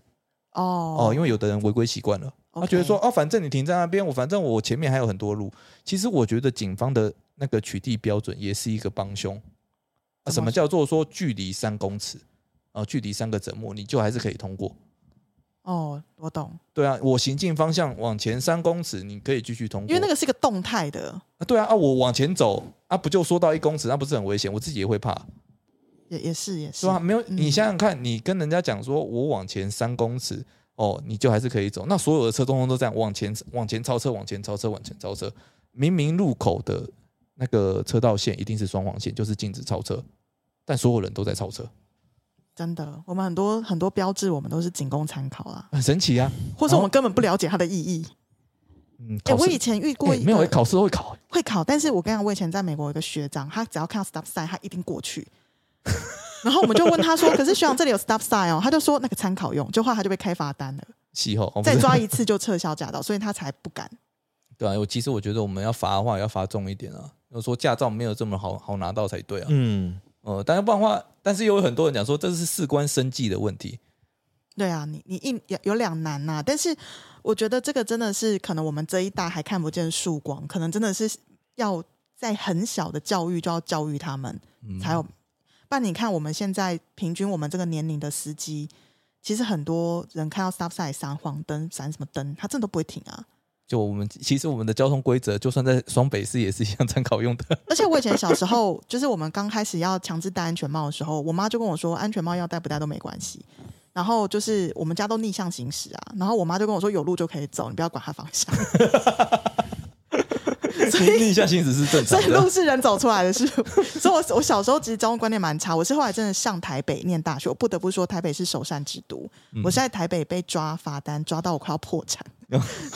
Speaker 3: 哦
Speaker 1: 哦，因为有的人违规习惯了，他、觉得说哦，反正你停在那边，我反正我前面还有很多路。其实我觉得警方的那个取缔标准也是一个帮凶。啊、
Speaker 3: 怎
Speaker 1: 什
Speaker 3: 么
Speaker 1: 么叫做说距离三公尺？啊，距离三个整目，你就还是可以通过。
Speaker 3: 哦，我懂，
Speaker 1: 对啊，我行进方向往前三公尺，你可以继续通过。
Speaker 3: 因为那个是一个动态的，
Speaker 1: 啊对啊啊，我往前走啊，不就缩到一公尺，那不是很危险？我自己也会怕，
Speaker 3: 也也是也是
Speaker 1: 是吧？没有，
Speaker 3: 嗯
Speaker 1: 你想想看，你跟人家讲说我往前三公尺，哦，你就还是可以走。那所有的车通通都这样往前往前超车，往前超车，往前超车。明明路口的那个车道线一定是双黄线，就是禁止超车，但所有人都在超车，
Speaker 3: 真的，我们很多很多标志，我们都是仅供参考啦，
Speaker 1: 很神奇啊！
Speaker 3: 或者我们根本不了解它的意义。
Speaker 1: 嗯，
Speaker 3: 哎、
Speaker 1: 考
Speaker 3: 我
Speaker 1: 试、
Speaker 3: 以前遇过
Speaker 1: 哎
Speaker 3: 一个、
Speaker 1: 没有考试会考，哎
Speaker 3: 会考，但是我跟你讲，我以前在美国有一个学长，他只要看到 stop sign，他一定过 去。然后我们就问他说：“可是学长这里有 stop sign 哦。”他就说：“那个参考用。”就后来他就被开罚单了，
Speaker 1: 气候、哦、不
Speaker 3: 再
Speaker 1: 是
Speaker 3: 抓一次就撤销驾照，所以他才不敢。
Speaker 1: 对啊，我其实我觉得我们要罚的话，也要罚重一点啊。要说驾照没有这么好好拿到才对啊。
Speaker 2: 嗯，
Speaker 1: 呃，但是不然的话，但是有很多人讲说这是事关生计的问题。
Speaker 3: 对啊，你你一有有两难呐、但是我觉得这个真的是可能我们这一代还看不见曙光，可能真的是要在很小的教育就要教育他们，
Speaker 1: 嗯
Speaker 3: 才有。不然你看，我们现在平均我们这个年龄的司机，其实很多人看到 stop sign 闪黄灯、闪什么灯，他真的都不会停啊。
Speaker 1: 就我们其实我们的交通规则，就算在双北市也是一样参考用的。
Speaker 3: 而且我以前小时候，就是我们刚开始要强制戴安全帽的时候，我妈就跟我说，安全帽要戴不戴都没关系。然后就是我们家都逆向行驶啊，然后我妈就跟我说，有路就可以走，你不要管它方向。
Speaker 1: 逆向行驶是正
Speaker 3: 所
Speaker 1: 常
Speaker 3: 以
Speaker 1: 的
Speaker 3: 路。是人走出来的是， 所以我我小时候其实交通观念蛮差，我是后来真的上台北念大学，我不得不说台北是首善之都。
Speaker 1: 嗯
Speaker 3: 我是在台北被抓罚单，抓到我快要 破产，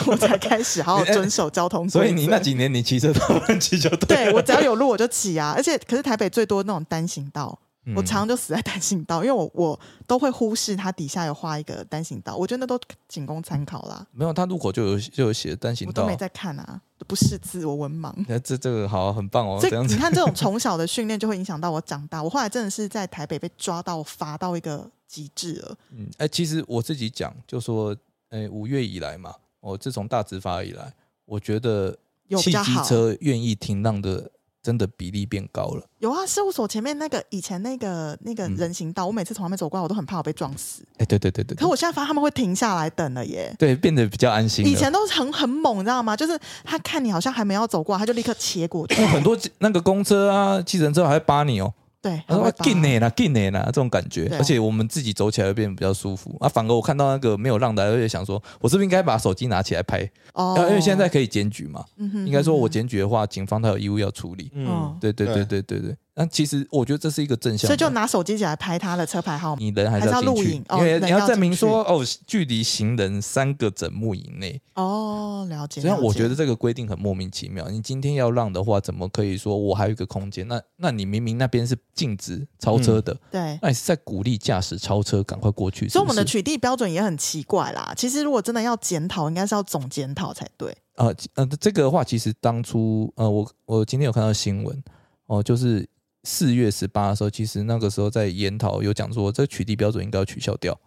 Speaker 3: 我才开始好好遵守交通规则。
Speaker 1: 所以你那几年你骑车讨论骑就对
Speaker 3: 对
Speaker 1: 了。
Speaker 3: 我只要有路我就骑啊，而且可是台北最多那种单行道，
Speaker 1: 嗯
Speaker 3: 我常常就死在单行道，因为我我都会忽视它底下有画一个单行道，我觉得那都仅供参考啦，
Speaker 1: 没有，他路口就有就有写单行
Speaker 3: 我都
Speaker 1: 道
Speaker 3: 没。在看啊，不识字，我文盲。
Speaker 1: 那这这个好很棒哦，
Speaker 3: 所
Speaker 1: 这
Speaker 3: 以
Speaker 1: 样
Speaker 3: 你
Speaker 1: 子
Speaker 3: 看， 这种从小的训练就会影响到我长大。我后来真的是在台北被抓到罚到一个极致了。
Speaker 1: 嗯，哎、其实我自己讲，就说，哎、五月以来嘛，我、自从大执法以来，我觉得
Speaker 3: 有比
Speaker 1: 汽
Speaker 3: 较
Speaker 1: 机
Speaker 3: 好
Speaker 1: 车愿意停让的真的比例变高了。
Speaker 3: 有啊，事务所前面那个以前那个那个
Speaker 1: 嗯
Speaker 3: 人行道，我每次从那边走过来，我都很怕我被撞死。
Speaker 1: 哎、对对对对
Speaker 3: 可
Speaker 1: 对，
Speaker 3: 我现在发现他们会停下来等了耶。
Speaker 1: 对变得比较安心了。
Speaker 3: 以前都是很很猛，你知道吗？就是他看你好像还没要走过来，他就立刻切 过去。
Speaker 1: 因为哦很多那个公车啊、计程车还会扒你哦，
Speaker 3: 对，
Speaker 1: 他
Speaker 3: 很
Speaker 1: 说
Speaker 3: 会
Speaker 1: 啊
Speaker 3: 扒
Speaker 1: 进呢啦、进呢啦这种感觉
Speaker 3: 对，
Speaker 1: 而且我们自己走起来会变得比较舒服啊。反而我看到那个没有让的，我就想说，我是不是应该把手机拿起来拍？
Speaker 3: 哦
Speaker 1: 啊因为现在可以检举嘛，
Speaker 3: 嗯哼
Speaker 1: 应该说我
Speaker 3: 嗯
Speaker 1: 检举的话，警方他有义务要处理。
Speaker 3: 哼
Speaker 2: 嗯，
Speaker 1: 对对对对对对，那其实我觉得这是一个正向的，
Speaker 3: 所以就拿手机起来拍他的车牌号码。
Speaker 1: 你人还是
Speaker 3: 还是要
Speaker 1: 进
Speaker 3: 录
Speaker 1: 去，
Speaker 3: 影哦
Speaker 1: 因为
Speaker 3: 人
Speaker 1: 你
Speaker 3: 要
Speaker 1: 要证
Speaker 3: 进
Speaker 1: 明
Speaker 3: 去
Speaker 1: 说哦，距离行人三个整目以内。
Speaker 3: 哦，了解。
Speaker 1: 虽然
Speaker 3: 了
Speaker 1: 我
Speaker 3: 解
Speaker 1: 觉得这个规定很莫名其妙，你今天要让的话，怎么可以说我还有一个空间？那那你明明那边是禁止超车的，
Speaker 3: 对，
Speaker 1: 那你是在鼓励驾驶超车，赶快过去。
Speaker 3: 嗯所以我们的
Speaker 1: 是
Speaker 3: 取缔标准也很奇怪啦。其实如果真的要检讨，应该是要总检讨才对。
Speaker 1: 不是呃呃，这个的话其实当初呃，我我今天有看到新闻哦、就是四月十八的时候，其实那个时候在研讨有讲说，这取缔标准应该要取消掉。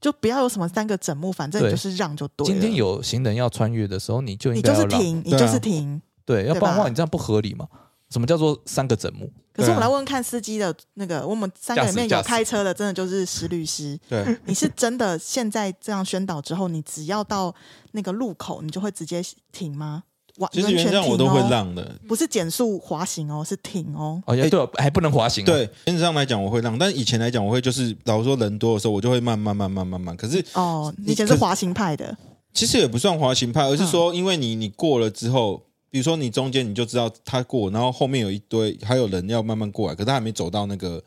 Speaker 3: 就不要有什么三个整目，反正你
Speaker 1: 对
Speaker 3: 就是让就对了。啊
Speaker 1: 今天有行人要穿越的时候，你就
Speaker 3: 你
Speaker 1: 应该
Speaker 3: 就
Speaker 1: 要
Speaker 3: 是
Speaker 1: 让。
Speaker 3: 停，你
Speaker 2: 对啊
Speaker 3: 就是停。
Speaker 1: 对，要
Speaker 3: 对
Speaker 1: 不然的
Speaker 3: 吧
Speaker 1: 话，你这样不合理嘛？什么叫做三个整目？
Speaker 3: 可是我们
Speaker 2: 对啊
Speaker 3: 来问问看司机的那个，我们三个里面
Speaker 1: 驾
Speaker 3: 有
Speaker 1: 驶驾驶
Speaker 3: 开车的，真的就是石律师。
Speaker 2: 对，
Speaker 3: 你是真的现在这样宣导之后，你只要到那个路口，你就会直接停吗？完
Speaker 2: 其实
Speaker 3: 完
Speaker 2: 原
Speaker 3: 全
Speaker 2: 则上我
Speaker 3: 停
Speaker 2: 都会
Speaker 3: 哦，
Speaker 2: 让的。
Speaker 3: 不是减速滑行哦，是停哦。
Speaker 1: 哦，也对哦，还不能滑行、哦。，
Speaker 2: 对，原则上来讲我会让，但以前来讲我会就是，老实说人多的时候我就会慢慢慢慢慢慢。可是
Speaker 3: 哦，你以前
Speaker 2: 可
Speaker 3: 是
Speaker 2: 是
Speaker 3: 滑行派的，
Speaker 2: 其实也不算滑行派，
Speaker 3: 嗯
Speaker 2: 而是说，因为你你过了之后，比如说你中间你就知道他过，然后后面有一堆还有人要慢慢过来，可是他还没走到那个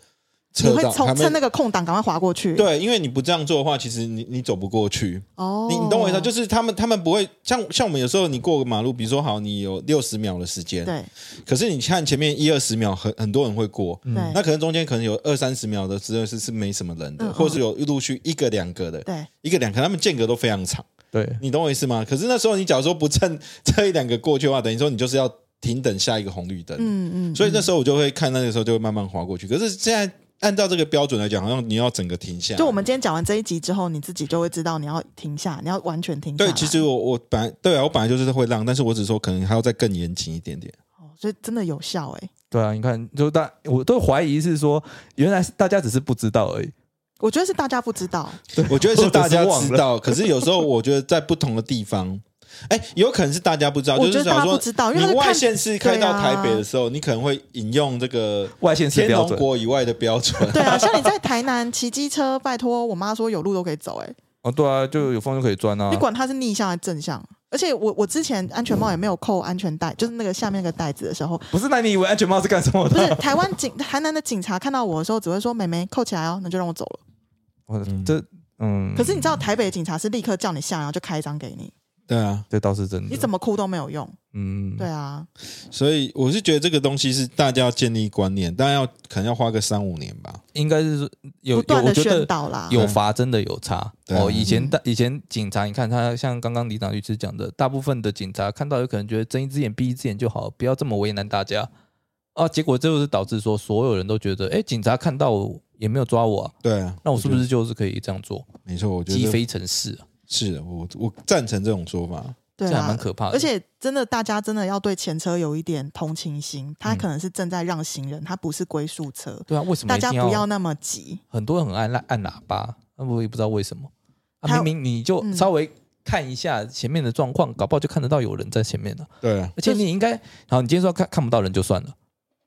Speaker 3: 你
Speaker 2: 车
Speaker 3: 会
Speaker 2: 道，还
Speaker 3: 从
Speaker 2: 没
Speaker 3: 趁那个空档赶快滑过去。
Speaker 2: 对，因为你不这样做的话，其实你你走不过去。
Speaker 3: 哦，
Speaker 2: 你你懂我意思啊，就是他们他们不会像像我们有时候你过个马路，比如说好，你有六十秒的时间，
Speaker 3: 对
Speaker 2: 可是你看前面一二十秒很很多人会过。
Speaker 1: 嗯
Speaker 3: 对
Speaker 2: 那可能中间可能有二三十秒的时间是是没什么人的，
Speaker 3: 嗯嗯
Speaker 2: 或者是有陆续一个两个的，
Speaker 3: 对。
Speaker 2: 一个两个，他们间隔都非常长。
Speaker 1: 对，
Speaker 2: 你懂我意思吗？可是那时候你假如说不趁 这一两个过去的话，等于说你就是要停等下一个红绿灯。
Speaker 3: 嗯嗯，
Speaker 2: 所以
Speaker 3: 嗯
Speaker 2: 那时候我就会看那个时候就会慢慢划过去。可是现在按照这个标准来讲，好像你要整个停下来。
Speaker 3: 就我们今天讲完这一集之后，你自己就会知道你要停下，你要完全停下来。
Speaker 2: 对，其实我我本来对啊，我本来就是会让，但是我只是说可能还要再更严谨一点点。
Speaker 3: 哦，所以真的有效哎、
Speaker 1: 对啊，你看，就大我都怀疑是说，原来是大家只是不知道而已。
Speaker 3: 我觉得是大家不知道，
Speaker 2: 我觉得是大 家
Speaker 1: 我只是
Speaker 2: 知
Speaker 1: 忘
Speaker 2: 道，可是有时候我觉得在不同的地方，哎，有可能是大家不知道，
Speaker 3: 我
Speaker 2: 就
Speaker 3: 觉
Speaker 2: 是
Speaker 3: 得大
Speaker 2: 想
Speaker 3: 家不
Speaker 2: 说
Speaker 3: 知道，因为
Speaker 2: 你
Speaker 3: 他就
Speaker 2: 外
Speaker 3: 看
Speaker 2: 县市开到
Speaker 3: 对啊
Speaker 2: 台北的时候，你可能会引用这个
Speaker 1: 外线是
Speaker 2: 天
Speaker 1: 标
Speaker 2: 龙
Speaker 1: 准
Speaker 2: 国以外的标准。
Speaker 3: 对啊，像你在台南骑机车，拜托我妈说有路都可以走、欸，
Speaker 1: 哦，对啊，就有风就可以钻啊
Speaker 3: 你。管它是逆向还是正向。而且我我之前安全帽也没有扣安全带，就是那个下面那个带子的时候，
Speaker 1: 不是，那你以为安全帽是干什么
Speaker 3: 不 是
Speaker 1: 的？
Speaker 3: 台湾警台南的警察看到我的时候，只会说“妹妹扣起来哦”，那就让我走了。
Speaker 1: 我这嗯，
Speaker 3: 可是你知道台北的警察是立刻叫你下，然后就开一张给你，
Speaker 2: 对啊，
Speaker 1: 这倒是真的。
Speaker 3: 你怎么哭都没有用。
Speaker 1: 嗯，
Speaker 3: 对啊，
Speaker 2: 所以我是觉得这个东西是大家要建立观念，当然要可能要花个三五年吧。
Speaker 1: 应该是说有有，
Speaker 3: 不断
Speaker 1: 我
Speaker 3: 的
Speaker 1: 觉
Speaker 3: 宣
Speaker 1: 得
Speaker 3: 导啊啦。
Speaker 1: 有罚真的有差
Speaker 2: 对啊
Speaker 1: 哦。以前
Speaker 3: 嗯
Speaker 1: 大以前警察，你看他像刚刚李长律师讲的，大部分的警察看到有可能觉得睁一只眼闭一只眼就好，不要这么为难大家啊。结果就是导致说所有人都觉得，哎，警察看到我也没有抓我啊，
Speaker 2: 对啊，
Speaker 1: 那我是不
Speaker 2: 觉
Speaker 1: 是就是可以这样做，
Speaker 2: 得没错？我觉
Speaker 1: 鸡
Speaker 2: 得
Speaker 1: 飞城市啊？
Speaker 2: 是的我我赞成这种说法。
Speaker 3: 对
Speaker 1: 这还
Speaker 3: 啊
Speaker 1: 蛮，可怕的。
Speaker 3: 而且真的大家真的要对前车有一点同情心，他可能是正在让行人，他不是龟速车，
Speaker 1: 对啊，嗯为什么
Speaker 3: 大
Speaker 1: 一
Speaker 3: 家
Speaker 1: 定
Speaker 3: 不要那么急。
Speaker 1: 很多人很按按喇叭，那我也不知道为什么。
Speaker 3: 还
Speaker 1: 啊，
Speaker 3: 有
Speaker 1: 明明你
Speaker 3: 嗯
Speaker 1: 就稍微看一下前面的状况，搞不好就看得到有人在前面了。
Speaker 2: 对啊，
Speaker 1: 而且你应该，好，你今天说看看不到人就算了，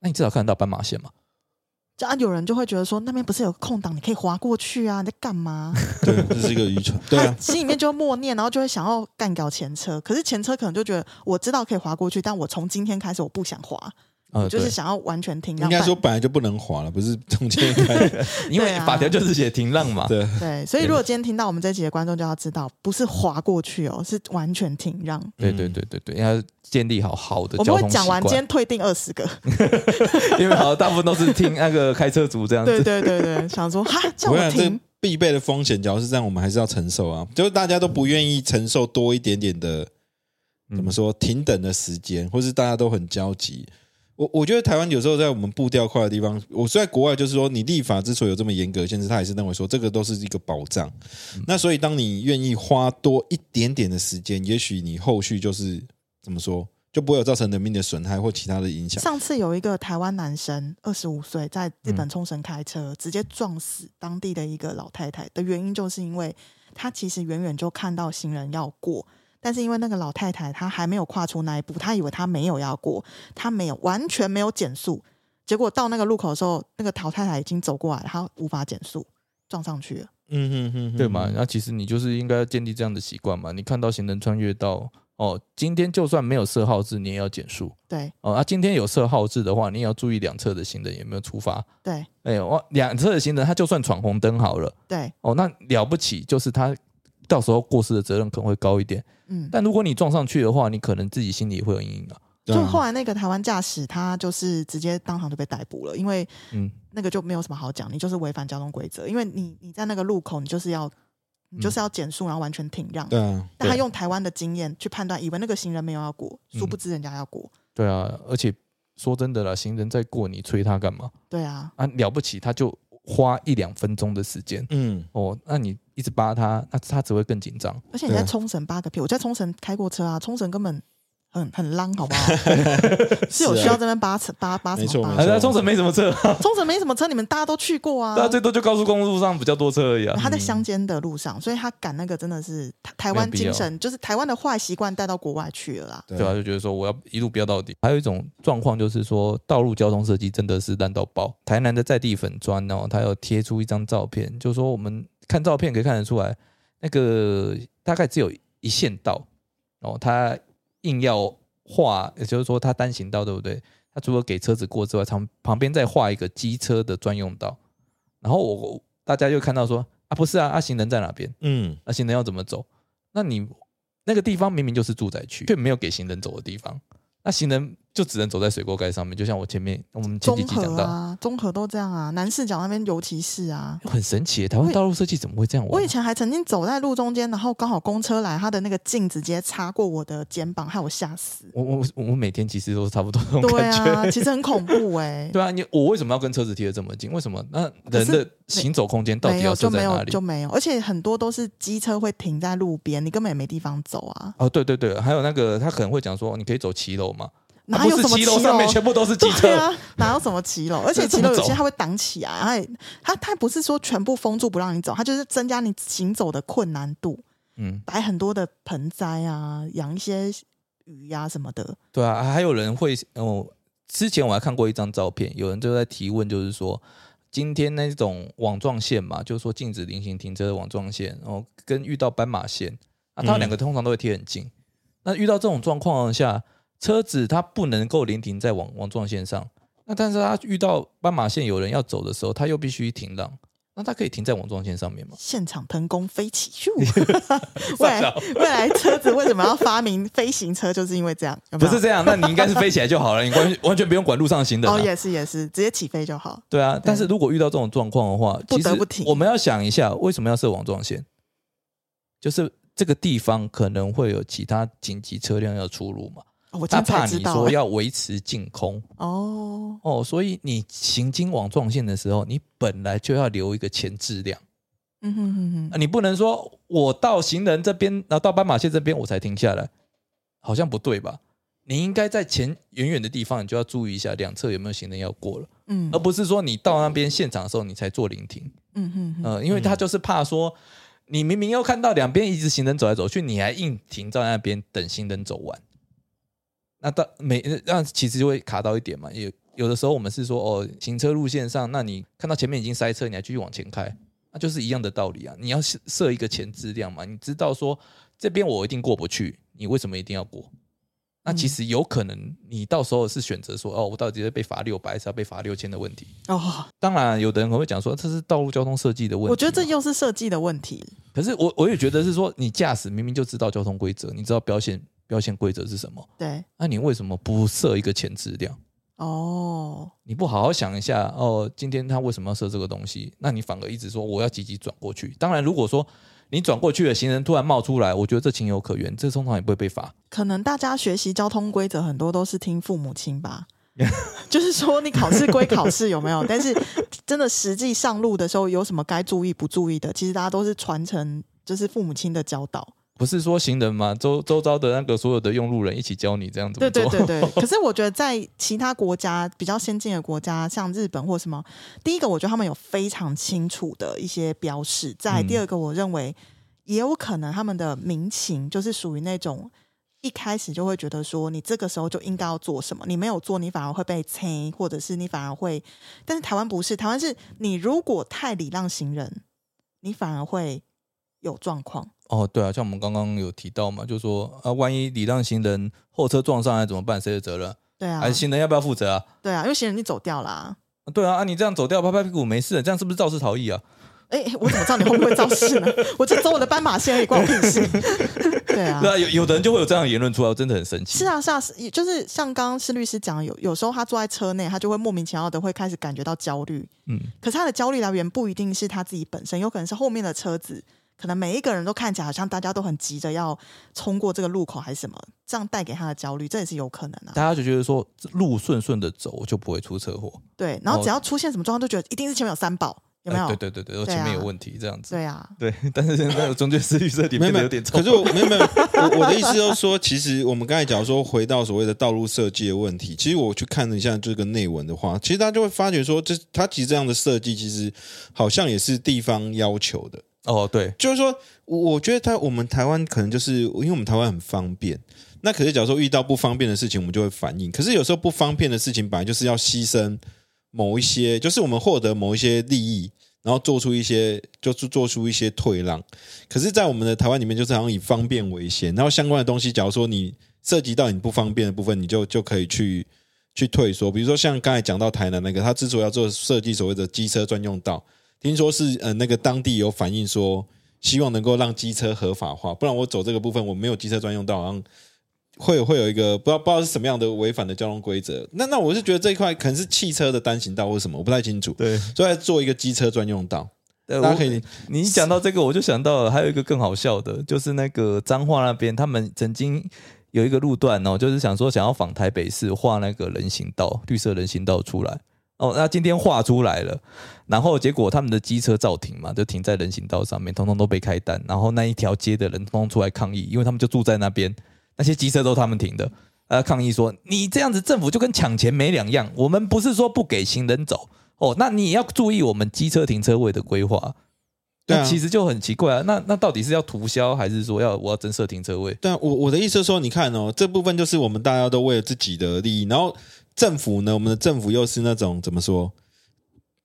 Speaker 1: 那你至少看得到斑马线嘛？
Speaker 3: 就啊，有人就会觉得说那边不是有个空档，你可以划过去啊，你在 干嘛？
Speaker 2: 对，这是一个愚蠢，对 啊，
Speaker 3: 心里面就会默念，然后就会想要干掉前车。可是前车可能就觉得我知道可以划过去，但我从今天开始我不想划，
Speaker 1: 呃，
Speaker 3: 就是
Speaker 1: 对，
Speaker 3: 想要完全停让
Speaker 2: 应
Speaker 3: 半。
Speaker 2: 该说本来就不能滑了，不是中间开，
Speaker 1: 因
Speaker 3: 对
Speaker 1: 为
Speaker 3: 啊
Speaker 1: 法条就是写停让嘛，
Speaker 2: 对，
Speaker 3: 对，所以如果今天听到我们这一集的观众就要知道，不是划过去哦，是完全停让。
Speaker 1: 对对对对对，因为要建立好好的
Speaker 3: 我们
Speaker 1: 交
Speaker 3: 会
Speaker 1: 通习
Speaker 3: 讲完，今
Speaker 1: 惯，
Speaker 3: 天退订二十个。
Speaker 1: 因为好像大部分都是听那个开车族这样子
Speaker 3: 对，对对对，想说 哈，叫
Speaker 2: 我
Speaker 3: 我
Speaker 2: 想这
Speaker 3: 停。
Speaker 2: 必备的风险，假如是这样，我们还是要承受啊。就是大家都不愿意承受多一点点的，
Speaker 1: 嗯
Speaker 2: 怎么说停等的时间，或是大家都很焦急。我我觉得台湾有时候在我们步调快的地方，我虽然国外就是说，你立法之所以有这么严格的限制，他也是认为说这个都是一个保障。那所以当你愿意花多一点点的时间，也许你后续就是怎么说，就不会有造成人民的损害或其他的影响。
Speaker 3: 上次有一个台湾男生，二十五岁，在日
Speaker 2: 嗯
Speaker 3: 本冲绳开车，直接撞死当地的一个老太太。的原因就是因为他其实远远就看到行人要过，但是因为那个老太太她还没有跨出那一步，她以为她没有要过，她没有完全没有减速。结果到那个路口的时候，那个老太太已经走过来了，她无法减速，撞上去了。
Speaker 2: 嗯哼哼哼
Speaker 1: 对嘛？那其实你就是应该要建立这样的习惯嘛。你看到行人穿越道，哦，今天就算没有设号志，你也要减速
Speaker 3: 对
Speaker 1: 哦。啊，今天有设号志的话，你也要注意两侧的行人有没有出发。
Speaker 3: 对
Speaker 1: 哎呦，哇，两侧的行人他就算闯红灯好了，
Speaker 3: 对，
Speaker 1: 哦，那了不起就是他到时候过失的责任可能会高一点。
Speaker 3: 嗯。
Speaker 2: 啊
Speaker 1: 但如果你撞上去的话，你可能自己心里会有阴影啊。
Speaker 2: 对
Speaker 3: 就
Speaker 2: 啊
Speaker 3: 后来那个台湾驾驶，他就是直接当场就被逮捕了，因为
Speaker 1: 嗯，
Speaker 3: 那个就没有什么好讲，你就是违反交通规则，因为你你在那个路口，你就是要你就是要减速，然后完全停让。
Speaker 2: 对啊，
Speaker 3: 但他用台湾的经验去判断，以为那个行人没有要过，殊不知人家要过。
Speaker 1: 对啊，而且说真的啦，行人在过，你催他干嘛？
Speaker 3: 对啊，
Speaker 1: 啊，了不起他就花一两分钟的时间
Speaker 2: 嗯，
Speaker 1: 哦，那你一直扒他，那他只会更紧张。
Speaker 3: 而且你在
Speaker 2: 对啊
Speaker 3: 冲绳八个屁，我在冲绳开过车啊，冲绳根本很很浪，好不好？是有需要这边扒车扒扒什
Speaker 2: 没错
Speaker 3: 么
Speaker 2: 没
Speaker 1: 啊，
Speaker 2: 错
Speaker 3: 扒？
Speaker 1: 那冲绳没什么车 啊，
Speaker 3: 冲绳没什么车，你们大家都去过啊
Speaker 1: 大。家最多就高速公路上比较多车而已啊。
Speaker 3: 他在乡间的路上，所以他赶那个真的是台台
Speaker 1: 没
Speaker 3: 湾
Speaker 1: 有必要
Speaker 3: 精神，就是台湾的坏习惯带到国外去了啦。
Speaker 2: 对
Speaker 1: 对啊，就觉得说我要一路飙到底。还有一种状况就是说，道路交通设计真的是烂到爆。台南的在地粉砖哦，它有贴出一张照片，就说我们看照片可以看得出来，那个大概只有一线道，哦，它硬要画，也就是说它单行道对不对？它除了给车子过之外，旁旁边再画一个机车的专用道。然后我大家就看到说啊，不是啊，啊行人在哪边？
Speaker 2: 嗯，
Speaker 1: 那行人要怎么走？那你那个地方明明就是住宅区，却没有给行人走的地方，那行人就只能走在水沟盖上面。就像我前面我们前几
Speaker 3: 综
Speaker 1: 集讲
Speaker 3: 合
Speaker 1: 到，
Speaker 3: 啊，综合都这样啊，南视角那边尤其是啊。
Speaker 1: 哎很神奇耶，台湾道路设计怎么会这样
Speaker 3: 我
Speaker 1: 玩啊
Speaker 3: 以？前还曾经走在路中间，然后刚好公车来，他的那个镜直接擦过我的肩膀，害我吓死。
Speaker 1: 我我我我每天其实都是差不多这种
Speaker 3: 对
Speaker 1: 感觉。
Speaker 3: 啊，其实很恐怖哎、
Speaker 1: 对啊，你我为什么要跟车子贴的这么近？为什么？那人
Speaker 3: 可
Speaker 1: 的行走空间 到底
Speaker 3: 没有
Speaker 1: 要
Speaker 3: 就
Speaker 1: 设
Speaker 3: 没
Speaker 1: 在哪
Speaker 3: 有
Speaker 1: 里
Speaker 3: 就？没有，而且很多都是机车会停在路边，你根本也没地方走啊，
Speaker 1: 哦，对对对，还有那个他可能会讲说，你可以走骑楼嘛，啊
Speaker 3: 哪
Speaker 1: 不
Speaker 3: 有
Speaker 1: 是
Speaker 3: 什么
Speaker 1: 骑楼上面全部都是机车
Speaker 3: 对，啊，哪有什么 骑楼？而且骑楼有些它会挡起来，它也它它不是说全部封住不让你走，它就是增加你行走的困难度，
Speaker 1: 嗯，
Speaker 3: 摆很多的盆栽啊，养一些鱼呀、什么的。
Speaker 1: 对啊，还有人会哦，之前我还看过一张照片，有人就在提问，就是说今天那种网状线嘛，就是说禁止临行停车的网状线，然、后跟遇到斑马线，啊，它
Speaker 2: 嗯
Speaker 1: 两个通常都会贴很近。那遇到这种状况下，车子它不能够临停在网网状线上，那但是它遇到斑马线有人要走的时候，它又必须停让，那它可以停在网状线上面吗？
Speaker 3: 现场腾空飞起， 咻！ 未来
Speaker 1: 傻笑
Speaker 3: 未来车子为什么要发明飞行车，就是因为这样，有没
Speaker 1: 不
Speaker 3: 有
Speaker 1: 是这样，那你应该是飞起来就好了，你完全 完全不用管路上行人、啊。
Speaker 3: 哦，也是也是，直接起飞就好。
Speaker 1: 对啊，但是如果遇到这种状况的话，
Speaker 3: 不
Speaker 1: 其
Speaker 3: 得
Speaker 1: 实
Speaker 3: 不提
Speaker 1: 我们要想一下，为什么要设网状线？就是这个地方可能会有其他紧急车辆要出入嘛，
Speaker 3: 哦我今
Speaker 1: 他
Speaker 3: 天
Speaker 1: 怕
Speaker 3: 才知
Speaker 1: 你
Speaker 3: 道
Speaker 1: 说
Speaker 3: 欸、
Speaker 1: 要维持净空
Speaker 3: 哦，
Speaker 1: 哦，所以你行经网状线的时候，你本来就要留一个前置量，
Speaker 3: 嗯哼哼
Speaker 1: 啊
Speaker 3: 哼，
Speaker 1: 你不能说我到行人这边，然后到斑马线这边我才停下来，好像不对吧？你应该在前远远的地方，你就要注意一下两侧有没有行人要过了，
Speaker 3: 嗯
Speaker 1: 而不是说你到那边现场的时候你才做临停。
Speaker 3: 嗯哼哼，
Speaker 1: 呃，因为他就是怕说，你明明又看到两边一直行人走来走去，你还硬停在那边等行人走完，那到每那其实就会卡到一点嘛，也有的时候我们是说哦，行车路线上，那你看到前面已经塞车，你还继续往前开，那就是一样的道理啊。你要设设一个前置量嘛，你知道说这边我一定过不去，你为什么一定要过？那其
Speaker 3: 嗯
Speaker 1: 实有可能你到时候是选择说哦，我到底是被罚六百，还是要被罚六千的问题。
Speaker 3: 哦，
Speaker 1: 当然，有的人可能会讲说这是道路交通设计的问题嘛，
Speaker 3: 我觉得这又是设计的问题。
Speaker 1: 可是我我也觉得是说，你驾驶明明就知道交通规则，你知道标线标线规则是什么，
Speaker 3: 对，
Speaker 1: 那、你为什么不设一个前置量？
Speaker 3: 哦，
Speaker 1: 你不好好想一下哦，今天他为什么要设这个东西？那你反而一直说我要积极转过去。当然，如果说你转过去了，行人突然冒出来，我觉得这情有可原，这通常也不会被罚。
Speaker 3: 可能大家学习交通规则很多都是听父母亲吧。就是说，你考试归考试有没有？但是真的实际上路的时候，有什么该注意不注意的，其实大家都是传承，就是父母亲的教导。
Speaker 1: 不是说行人嘛，周周遭的那个所有的用路人一起教你这样怎么
Speaker 3: 对
Speaker 1: 做。
Speaker 3: 对对对。 可是我觉得在其他国家比较先进的国家，像日本或什么，第一个我觉得他们有非常清楚的一些标示，在
Speaker 1: 嗯
Speaker 3: 第二个我认为也有可能他们的民情就是属于那种。一开始就会觉得说，你这个时候就应该要做什么，你没有做，你反而会被催，或者是你反而会。但是台湾不是，台湾是你如果太礼让行人，你反而会有状况。
Speaker 1: 哦，对啊，像我们刚刚有提到嘛，就说啊，万一礼让行人后车撞上来怎么办？谁的责任？
Speaker 3: 对啊
Speaker 1: 还，是行人要不要负责啊？
Speaker 3: 对啊，因为行人你走掉啦、
Speaker 1: 对啊，啊你这样走掉拍拍屁股没事，这样是不是肇事逃逸啊？
Speaker 3: 哎、哎我怎么知道你会不会肇事呢？我就走我的斑马线而已，关我屁事。 对啊
Speaker 1: 对，啊，有有的人就会有这样的言论出来，我真的很生气。
Speaker 3: 是啊，是啊，是就是像刚刚施律师讲的，有有时候他坐在车内，他就会莫名其妙的会开始感觉到焦虑。
Speaker 1: 嗯，
Speaker 3: 可是他的焦虑来源不一定是他自己本身，有可能是后面的车子，可能每一个人都看起来好像大家都很急着要冲过这个路口还是什么，这样带给他的焦虑，这也是有可能啊
Speaker 1: 大。家就觉得说路顺顺的走我就不会出车祸，
Speaker 3: 对，然后
Speaker 1: 哦
Speaker 3: 只要出现什么状况，都觉得一定是前面有三宝，有没有？
Speaker 1: 哎对对对对，我
Speaker 3: 对
Speaker 1: 前
Speaker 3: 啊
Speaker 1: 面有问题这样子。
Speaker 3: 对啊，
Speaker 1: 对，但是现在我中间思域这里
Speaker 2: 没
Speaker 1: 变得
Speaker 2: 有没
Speaker 1: 有
Speaker 2: 有
Speaker 1: 点臭。
Speaker 2: 可是我没有没有，我我的意思就是说，其实我们刚才讲说回到所谓的道路设计的问题，其实我去看了一下这个内文的话，其实大家就会发觉说，这它其实这样的设计其实好像也是地方要求的。
Speaker 1: 哦，对，
Speaker 2: 就是说，我我觉得他我们台湾可能就是因为我们台湾很方便，那可是假如说遇到不方便的事情，我们就会反应。可是有时候不方便的事情，本来就是要牺牲某一些，就是我们获得某一些利益，然后做出一些就是做出一些退让。可是，在我们的台湾里面，就是好像以方便为先，然后相关的东西，假如说你涉及到你不方便的部分，你就就可以去。去退缩，比如说像刚才讲到台南那个，他之所以要做设计所谓的机车专用道，听说是呃那个当地有反映说，希望能够让机车合法化，不然我走这个部分我没有机车专用道，好像会会有一个不知道不知道是什么样的违反的交通规则。那那我是觉得这一块可能是汽车的单行道或什么，我不太清楚，
Speaker 1: 对，
Speaker 2: 所以要做一个机车专用道，
Speaker 1: 呃
Speaker 2: 大家
Speaker 1: 我
Speaker 2: 可以
Speaker 1: 你一讲到这个，我就想到了还有一个更好笑的，就是那个彰化那边，他们曾经有一个路段哦，就是想说想要仿台北市画那个人行道，绿色人行道出来。哦，那今天画出来了，然后结果他们的机车照停嘛，就停在人行道上面，通通都被开单，然后那一条街的人通通出来抗议，因为他们就住在那边，那些机车都是他们停的，呃，抗议说你这样子政府就跟抢钱没两样，我们不是说不给行人走哦，那你也要注意我们机车停车位的规划，
Speaker 2: 对啊
Speaker 1: 那其实就很奇怪啊，那那到底是要涂销还是说要我要增设停车位？
Speaker 2: 对啊，我我的意思是说，你看哦，这部分就是我们大家都为了自己的利益，然后政府呢，我们的政府又是那种怎么说？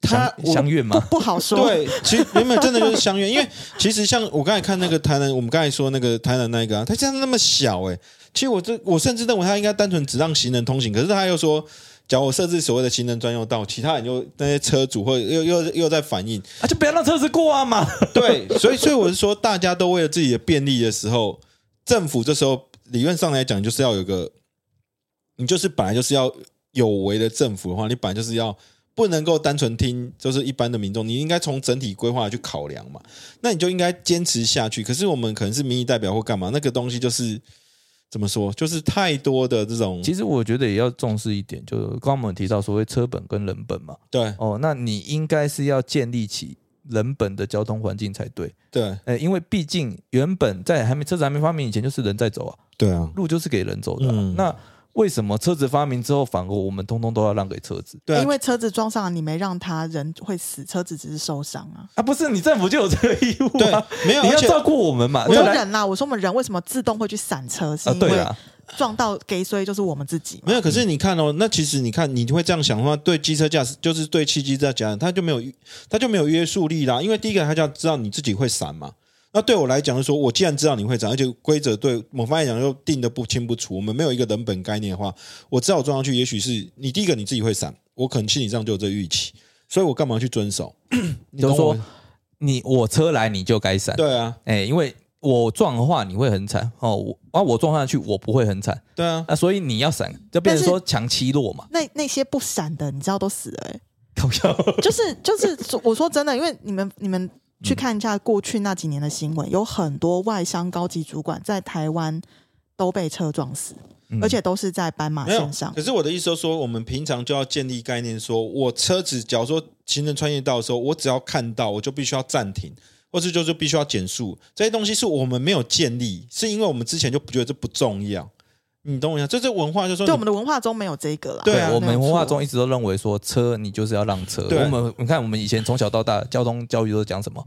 Speaker 2: 他
Speaker 1: 相相愿吗？
Speaker 3: 不 好说。
Speaker 2: 对，其实原本真的就是相约，因为其实像我刚才看那个台南，我们刚才说那个台南那一个、啊，它现在那么小哎、其实我这我甚至认为它应该单纯只让行人通行，可是他又说。假如我设置所谓的行人专用道，其他人又那些车主或者又又又在反映，
Speaker 1: 啊，就不要让车子过啊嘛！
Speaker 2: 对，所以所以我是说，大家都为了自己的便利的时候，政府这时候理论上来讲，就是要有个，你就是本来就是要有为的政府的话，你本来就是要不能够单纯听就是一般的民众，你应该从整体规划去考量嘛，那你就应该坚持下去。可是我们可能是民意代表或干嘛，那个东西就是怎么说，就是太多的这种
Speaker 1: 其实我觉得也要重视一点，就刚刚我们提到所谓车本跟人本嘛，
Speaker 2: 对
Speaker 1: 哦，那你应该是要建立起人本的交通环境才对。
Speaker 2: 对
Speaker 1: 呃，因为毕竟原本在还没车子还没发明以前，就是人在走啊，
Speaker 2: 对啊，
Speaker 1: 路就是给人走的啊、
Speaker 2: 嗯
Speaker 1: 那为什么车子发明之后，反而我们通通都要让给车子？
Speaker 2: 对啊
Speaker 3: 因，为车子撞上了你没让他，人会死，车子只是受伤啊。
Speaker 1: 啊，不是你政府就有这个义务
Speaker 2: 对
Speaker 1: 啊，
Speaker 2: 没有，
Speaker 1: 你
Speaker 2: 而
Speaker 1: 要
Speaker 2: 且
Speaker 1: 照顾我们嘛。
Speaker 3: 我
Speaker 1: 再
Speaker 3: 说
Speaker 1: 啊来
Speaker 3: 人啦，我说我们人为什么自动会去闪车，是
Speaker 1: 啊，
Speaker 3: 因
Speaker 1: 对
Speaker 3: 为
Speaker 1: 啦，
Speaker 3: 撞到给衰就是我们自己嘛。
Speaker 2: 没有，可是你看哦，那其实你看，你会这样想的话，对机车驾驶就是对汽机在讲，它就没有它就没有约束力啦。因为第一个，它就要知道你自己会闪嘛。那对我来讲，就说我既然知道你会闪，而且规则对某方面来讲又定的不清不楚，我们没有一个人本概念的话，我知道我撞上去，也许是你第一个你自己会闪，我可能心理上就有这预期，所以我干嘛去遵守？你
Speaker 1: 就
Speaker 2: 懂我
Speaker 1: 说
Speaker 2: 吗
Speaker 1: 你我车来你就该闪，
Speaker 2: 对啊，
Speaker 1: 哎、因为我撞的话你会很惨哦，我啊我撞上去我不会很惨，
Speaker 2: 对啊，
Speaker 1: 那所以你要闪，就变成
Speaker 3: 但是
Speaker 1: 说强欺弱 嘛，
Speaker 3: 那那些不闪的，你知道都死了、欸，
Speaker 1: 搞笑，
Speaker 3: 就是就是， 我说真的，因为你们你们去看一下过去那几年的新闻，有很多外商高级主管在台湾都被车撞死，
Speaker 1: 嗯
Speaker 3: 而且都是在斑马
Speaker 2: 没有
Speaker 3: 线上。
Speaker 2: 可是我的意思就是说，我们平常就要建立概念说，我车子假如说行人穿越道的时候，我只要看到，我就必须要暂停，或是就是必须要减速，这些东西是我们没有建立，是因为我们之前就不觉得这不重要。你懂我意思？这是文化，就是说
Speaker 3: 对我
Speaker 2: 你
Speaker 3: 们的文化中没有这个啦。
Speaker 2: 对啊
Speaker 1: 我
Speaker 3: 没
Speaker 1: 们
Speaker 3: 有错
Speaker 1: 文化中一直都认为说车你就是要让车。
Speaker 2: 对
Speaker 1: 我们你看我们以前从小到大交通教育都讲什么？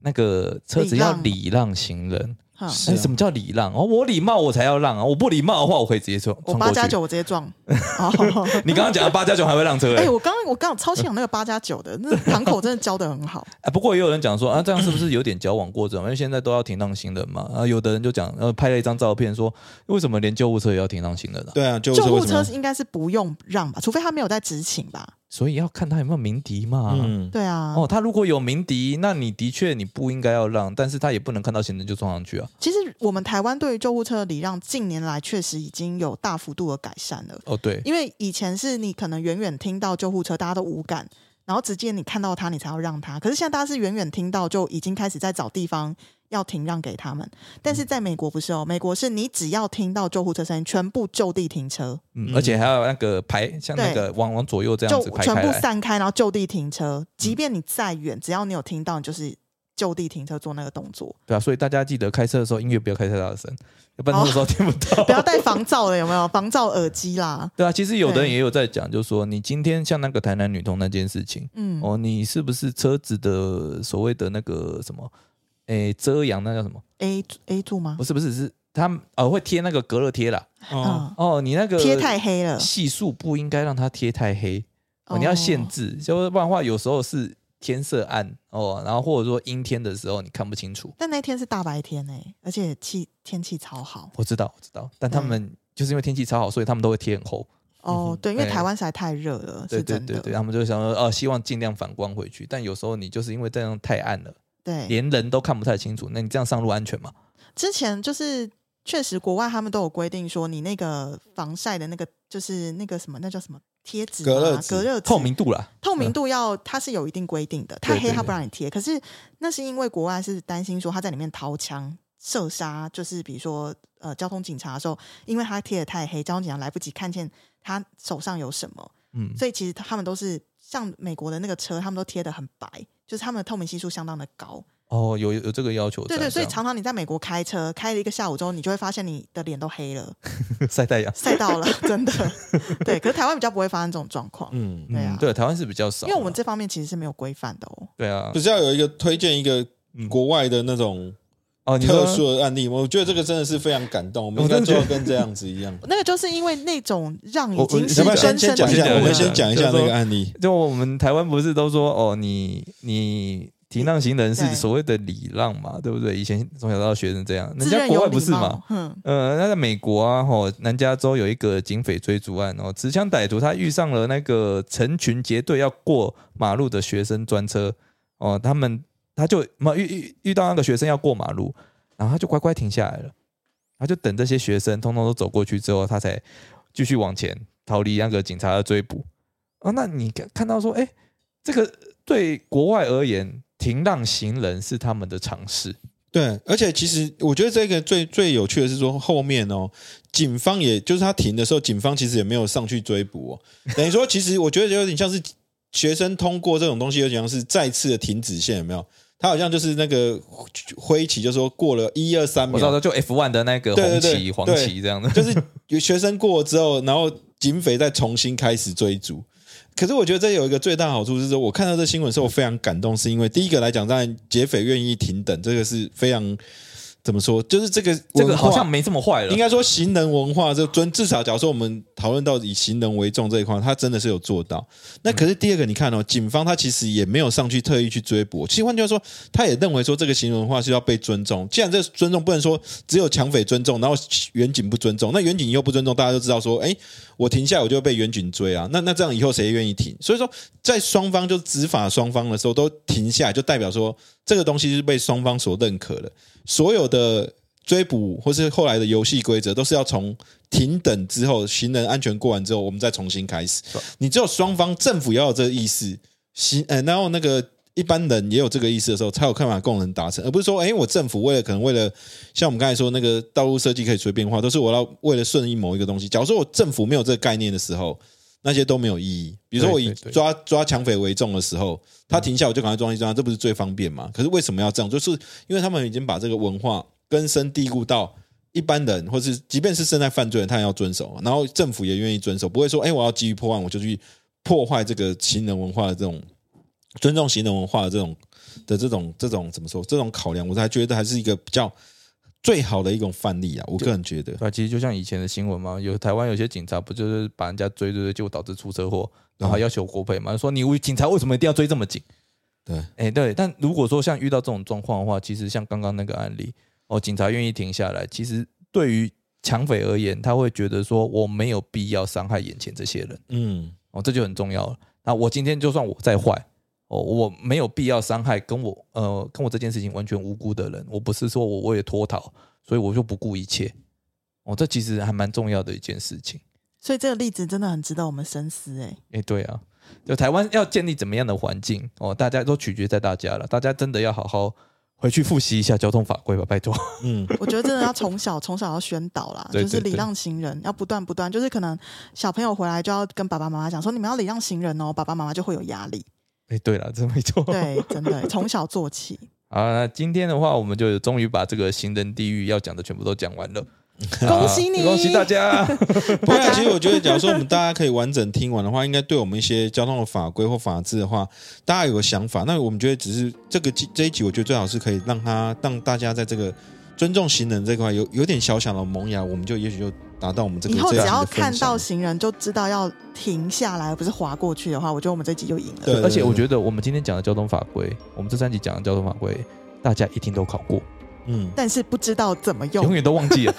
Speaker 1: 那个车子
Speaker 3: 礼
Speaker 1: 要
Speaker 3: 让
Speaker 1: 礼让行人。
Speaker 3: 哈
Speaker 2: 是
Speaker 1: 哎、
Speaker 2: 啊
Speaker 1: 什么叫礼让？哦，我礼貌我才要让啊，我不礼貌的话我可以直接冲
Speaker 3: 我
Speaker 1: 冲
Speaker 3: 八
Speaker 1: 过
Speaker 3: 加
Speaker 1: 去
Speaker 3: 九，。我直接撞。哦，
Speaker 1: 你刚刚讲的八加九还会让车、
Speaker 3: 哎、
Speaker 1: 哎、
Speaker 3: 我刚我刚好超欣赏那个八加九的，那堂口真的教的很好。
Speaker 1: 啊不过也有人讲说啊，这样是不是有点矫枉过正？因为现在都要停让行人嘛。啊，有的人就讲，呃，拍了一张照片说，为什么连救护车也要停让行人啊？
Speaker 2: 对啊，救护
Speaker 3: 救
Speaker 2: 车为
Speaker 3: 护
Speaker 2: 什么
Speaker 3: 车
Speaker 2: 要？
Speaker 3: 应该是不用让吧，除非他没有在执勤吧。
Speaker 1: 所以要看他有没有鸣笛嘛。
Speaker 2: 嗯，
Speaker 3: 对啊，
Speaker 1: 哦，他如果有鸣笛，那你的确你不应该要让，但是他也不能看到行人就撞上去啊。
Speaker 3: 其实我们台湾对于救护车的礼让，近年来确实已经有大幅度的改善了。
Speaker 1: 哦，对，
Speaker 3: 因为以前是你可能远远听到救护车，大家都无感，然后直接你看到他，你才要让他。可是现在大家是远远听到就已经开始在找地方要停让给他们，但是在美国不是哦，美国是你只要听到救护车声音，全部就地停车，
Speaker 1: 嗯，
Speaker 2: 嗯
Speaker 1: 而且还有那个排，像那个往往左右这样
Speaker 3: 就
Speaker 1: 子排
Speaker 3: 全
Speaker 1: 开
Speaker 3: 部
Speaker 1: 来，嗯
Speaker 3: 散开，然后就地停车。即便你再远，只要你有听到，你就是就地停车做那个 动作，
Speaker 1: 对啊，所以大家记得开车的时候音乐不要开太大声，要不然那 时候听不到。
Speaker 3: 不要戴防噪了，有没有？防噪耳机啦，
Speaker 1: 对啊，其实有的人
Speaker 3: 对
Speaker 1: 也有在讲，就是说你今天像那个台南女童那件事情，
Speaker 3: 嗯，
Speaker 1: 哦，你是不是车子的所谓的那个什么，诶，遮阳那叫什么？
Speaker 3: A A 柱吗
Speaker 1: 不？是不是，是他们哦会贴那个隔热贴啦。
Speaker 2: 哦，
Speaker 3: 嗯，
Speaker 1: 哦，你那个
Speaker 3: 贴太黑了，
Speaker 1: 系数不应该让它贴太黑，哦、你要限制，就是不然的话，有时候是天色暗哦，然后或者说阴天的时候你看不清楚。
Speaker 3: 但那天是大白天哎、而且气天气超好
Speaker 1: 我知道，我知道，但他
Speaker 3: 嗯
Speaker 1: 们就是因为天气超好，所以他们都会贴很厚。
Speaker 3: 哦，对，因为
Speaker 1: 哎
Speaker 3: 台湾实在太热了，
Speaker 1: 对
Speaker 3: 是
Speaker 1: 对
Speaker 3: 真
Speaker 1: 对
Speaker 3: 的，
Speaker 1: 对，他们就想说，呃，希望尽量反光回去。但有时候你就是因为这样太暗了，
Speaker 3: 对
Speaker 1: 连人都看不太清楚，那你这样上路安全吗？
Speaker 3: 之前就是确实国外他们都有规定说，你那个防晒的那个就是那个什么，那叫什么贴纸吗啊
Speaker 2: 隔热纸
Speaker 3: 隔热纸
Speaker 1: 透明度啦，
Speaker 3: 透明度要它是有一定规定的，
Speaker 1: 嗯
Speaker 3: 太
Speaker 1: 对
Speaker 3: 黑
Speaker 1: 对
Speaker 3: 它
Speaker 1: 对
Speaker 3: 不让你贴。可是那是因为国外是担心说他在里面掏枪射杀，就是比如说呃交通警察的时候，因为他贴的太黑，交通警察来不及看见他手上有什么，
Speaker 1: 嗯，
Speaker 3: 所以其实他们都是像美国的那个车，他们都贴的很白，就是他们的透明系数相当的高。
Speaker 1: 哦，有有这个要求在，
Speaker 3: 对对，
Speaker 1: 这
Speaker 3: 所以
Speaker 1: 样
Speaker 3: 常常你在美国开车，开了一个下午之后，你就会发现你的脸都黑 了，
Speaker 1: 晒太阳，
Speaker 3: 晒到了，真的。对，可是台湾比较不会发生这种状况，
Speaker 2: 嗯，
Speaker 3: 对
Speaker 1: 嗯，
Speaker 3: 啊
Speaker 1: 对，台湾是比较少
Speaker 3: 因
Speaker 1: 啦，
Speaker 3: 为我们这方面其实是没有规范的哦。
Speaker 1: 对啊
Speaker 2: 不，是要有一个推荐一个嗯国外的那种
Speaker 1: 哦，你
Speaker 2: 特
Speaker 1: 说
Speaker 2: 殊的案例，我觉得这个真的是非常感动，我
Speaker 1: 我
Speaker 2: 们应该
Speaker 1: 真的
Speaker 2: 做
Speaker 1: 觉
Speaker 2: 到
Speaker 1: 得
Speaker 2: 跟这样子一样。
Speaker 3: 那个就是因为那种让已
Speaker 1: 我
Speaker 3: 经
Speaker 1: 我
Speaker 3: 是
Speaker 2: 要不要
Speaker 3: 根
Speaker 2: 先
Speaker 3: 深
Speaker 2: 先讲一
Speaker 3: 蒂
Speaker 2: 下？
Speaker 3: 固
Speaker 2: 我们
Speaker 3: 的
Speaker 2: 先讲一下那个案例。
Speaker 1: 就我们台湾不是都说哦，你你停让行人是
Speaker 3: 对
Speaker 1: 所谓的礼让嘛，对不对？以前从小到大学成这样，人
Speaker 3: 自
Speaker 1: 家
Speaker 3: 认
Speaker 1: 国
Speaker 3: 有
Speaker 1: 外不
Speaker 3: 礼
Speaker 1: 是嘛
Speaker 3: 貌，？嗯，
Speaker 1: 呃，那在美国啊，吼、南加州有一个警匪追逐案哦，持枪歹徒他遇上了那个成群结队要过马路的学生专车哦，他们他就嘛遇遇遇到那个学生要过马路，然后他就乖乖停下来了，他就等这些学生通通都走过去之后，他才继续往前逃离那个警察的追捕。哦，那你看看到说，哎，这个对国外而言，停让行人是他们的常识，
Speaker 2: 对，而且其实我觉得这个最最有趣的是说，后面哦，警方也就是他停的时候，警方其实也没有上去追捕哦。等于说，其实我觉得有点像是学生通过这种东西，有点像是再次的停止线，有没有？他好像就是那个挥旗，就说过了一二三
Speaker 1: 我知道
Speaker 2: 秒，
Speaker 1: 就 F one 的那个
Speaker 2: 对对
Speaker 1: 红
Speaker 2: 对
Speaker 1: 旗、黄
Speaker 2: 对
Speaker 1: 旗这样的。
Speaker 2: 就是有学生过了之后，然后警匪再重新开始追逐。可是我觉得这有一个最大好处是说，我看到这新闻的时候，我非常感动，是因为第一个来讲，当然劫匪愿意停等，这个是非常怎么说？就是这个
Speaker 1: 这个
Speaker 2: 文化
Speaker 1: 好像没这么坏了
Speaker 2: 应。该说行人文化这尊，至少假如说我们讨论到以行人为重这一块，他真的是有做到。那可是第二个，你看哦，警方他其实也没有上去特意去追捕，其实换句话说，他也认为说这个行人文化是要被尊重。既然这个尊重不能说只有抢匪尊重，然后远警不尊重，那远警又不尊重，大家就知道说，哎，我停下来我就会被远警追啊。那那这样以后谁愿意停？所以说，在双方就执法双方的时候都停下来，就代表说这个东西是被双方所认可的。所有的追捕或是后来的游戏规则，都是要从停等之后，行人安全过完之后，我们再重新开始
Speaker 1: 对。
Speaker 2: 你只有双方政府要有这个意识，行，呃，然后那个一般人也有这个意识的时候，才有办法共同达成，而不是说，哎，我政府为了可能为了像我们刚才说那个道路设计可以随便画，都是我要为了顺应某一个东西。假如说我政府没有这个概念的时候。那些都没有意义。比如说，我以
Speaker 1: 对对对
Speaker 2: 抓抓抢匪为重的时候，他停下我就赶快装一装，这不是最方便吗？可是为什么要这样？就是因为他们已经把这个文化根深蒂固到一般人，或是即便是正在犯罪的人，他也要遵守，然后政府也愿意遵守，不会说，哎，我要基于破案，我就去破坏这个行人文化的这种尊重行人文化的这种的这种这种怎么说？这种考量，我才觉得还是一个比较最好的一种范例啊。我个人觉得
Speaker 1: 对、啊，其实就像以前的新闻嘛，有台湾有些警察不就是把人家追追追，结果导致出车祸，然后还要求国赔嘛，说你为警察为什么一定要追这么紧？
Speaker 2: 对，
Speaker 1: 哎、对。但如果说像遇到这种状况的话，其实像刚刚那个案例，哦，警察愿意停下来，其实对于抢匪而言，他会觉得说我没有必要伤害眼前这些人，
Speaker 2: 嗯，
Speaker 1: 哦，这就很重要了。那我今天就算我再坏，哦，我没有必要伤害跟我呃跟我这件事情完全无辜的人，我不是说我为了脱逃，所以我就不顾一切。哦，这其实还蛮重要的一件事情。
Speaker 3: 所以这个例子真的很值得我们深思、哎，
Speaker 1: 诶，对啊，就台湾要建立怎么样的环境哦，大家都取决在大家了，大家真的要好好回去复习一下交通法规吧，拜托。
Speaker 2: 嗯
Speaker 3: 我觉得真的要从小从小要宣导啦，
Speaker 1: 对
Speaker 3: 就是
Speaker 1: 对
Speaker 3: 礼
Speaker 1: 对
Speaker 3: 让行人，要不断不断，就是可能小朋友回来就要跟爸爸妈妈讲说，你们要礼让行人哦，爸爸妈妈就会有 压力。
Speaker 1: 诶，对了，这没错。
Speaker 3: 对，真的从小做起。
Speaker 1: 好，那今天的话，我们就终于把这个行人地狱要讲的全部都讲完了，
Speaker 3: 恭喜你，
Speaker 1: 啊恭喜大！家！
Speaker 2: 不过其实我觉得，假如说我们大家可以完整听完的话，应该对我们一些交通的法规或法制的话，大家有个想法。那我们觉得，只是这个集这一集，我觉得最好是可以让他让大家在这个尊重行人这块有有点小小的萌芽，我们就也许就达到我们这个
Speaker 3: 以后
Speaker 2: 这
Speaker 3: 只
Speaker 2: 一集
Speaker 3: 要
Speaker 2: 的
Speaker 3: 看
Speaker 2: 分享。
Speaker 3: 到行人就知道要停下来，而不是划过去的话，我觉得我们这集就赢了。
Speaker 2: 对
Speaker 1: 而且我觉得我们今天讲的交通法规，我们这三集讲的交通法规，大家一定都考过，
Speaker 2: 嗯，
Speaker 3: 但是不知道怎么
Speaker 1: 永
Speaker 3: 用，
Speaker 1: 远都忘记了。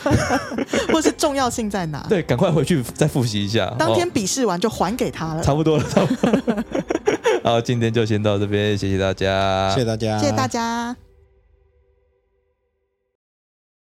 Speaker 3: 或是重要性 在哪。
Speaker 1: 对，赶快回去再复习一下。
Speaker 3: 当 天
Speaker 1: 哦
Speaker 3: 笔试完就还给他
Speaker 2: 哦
Speaker 3: 了。
Speaker 1: 差不多了， 差不多了。好，今天就先到这边，谢谢大家，
Speaker 2: 谢谢大家，
Speaker 3: 谢谢大家。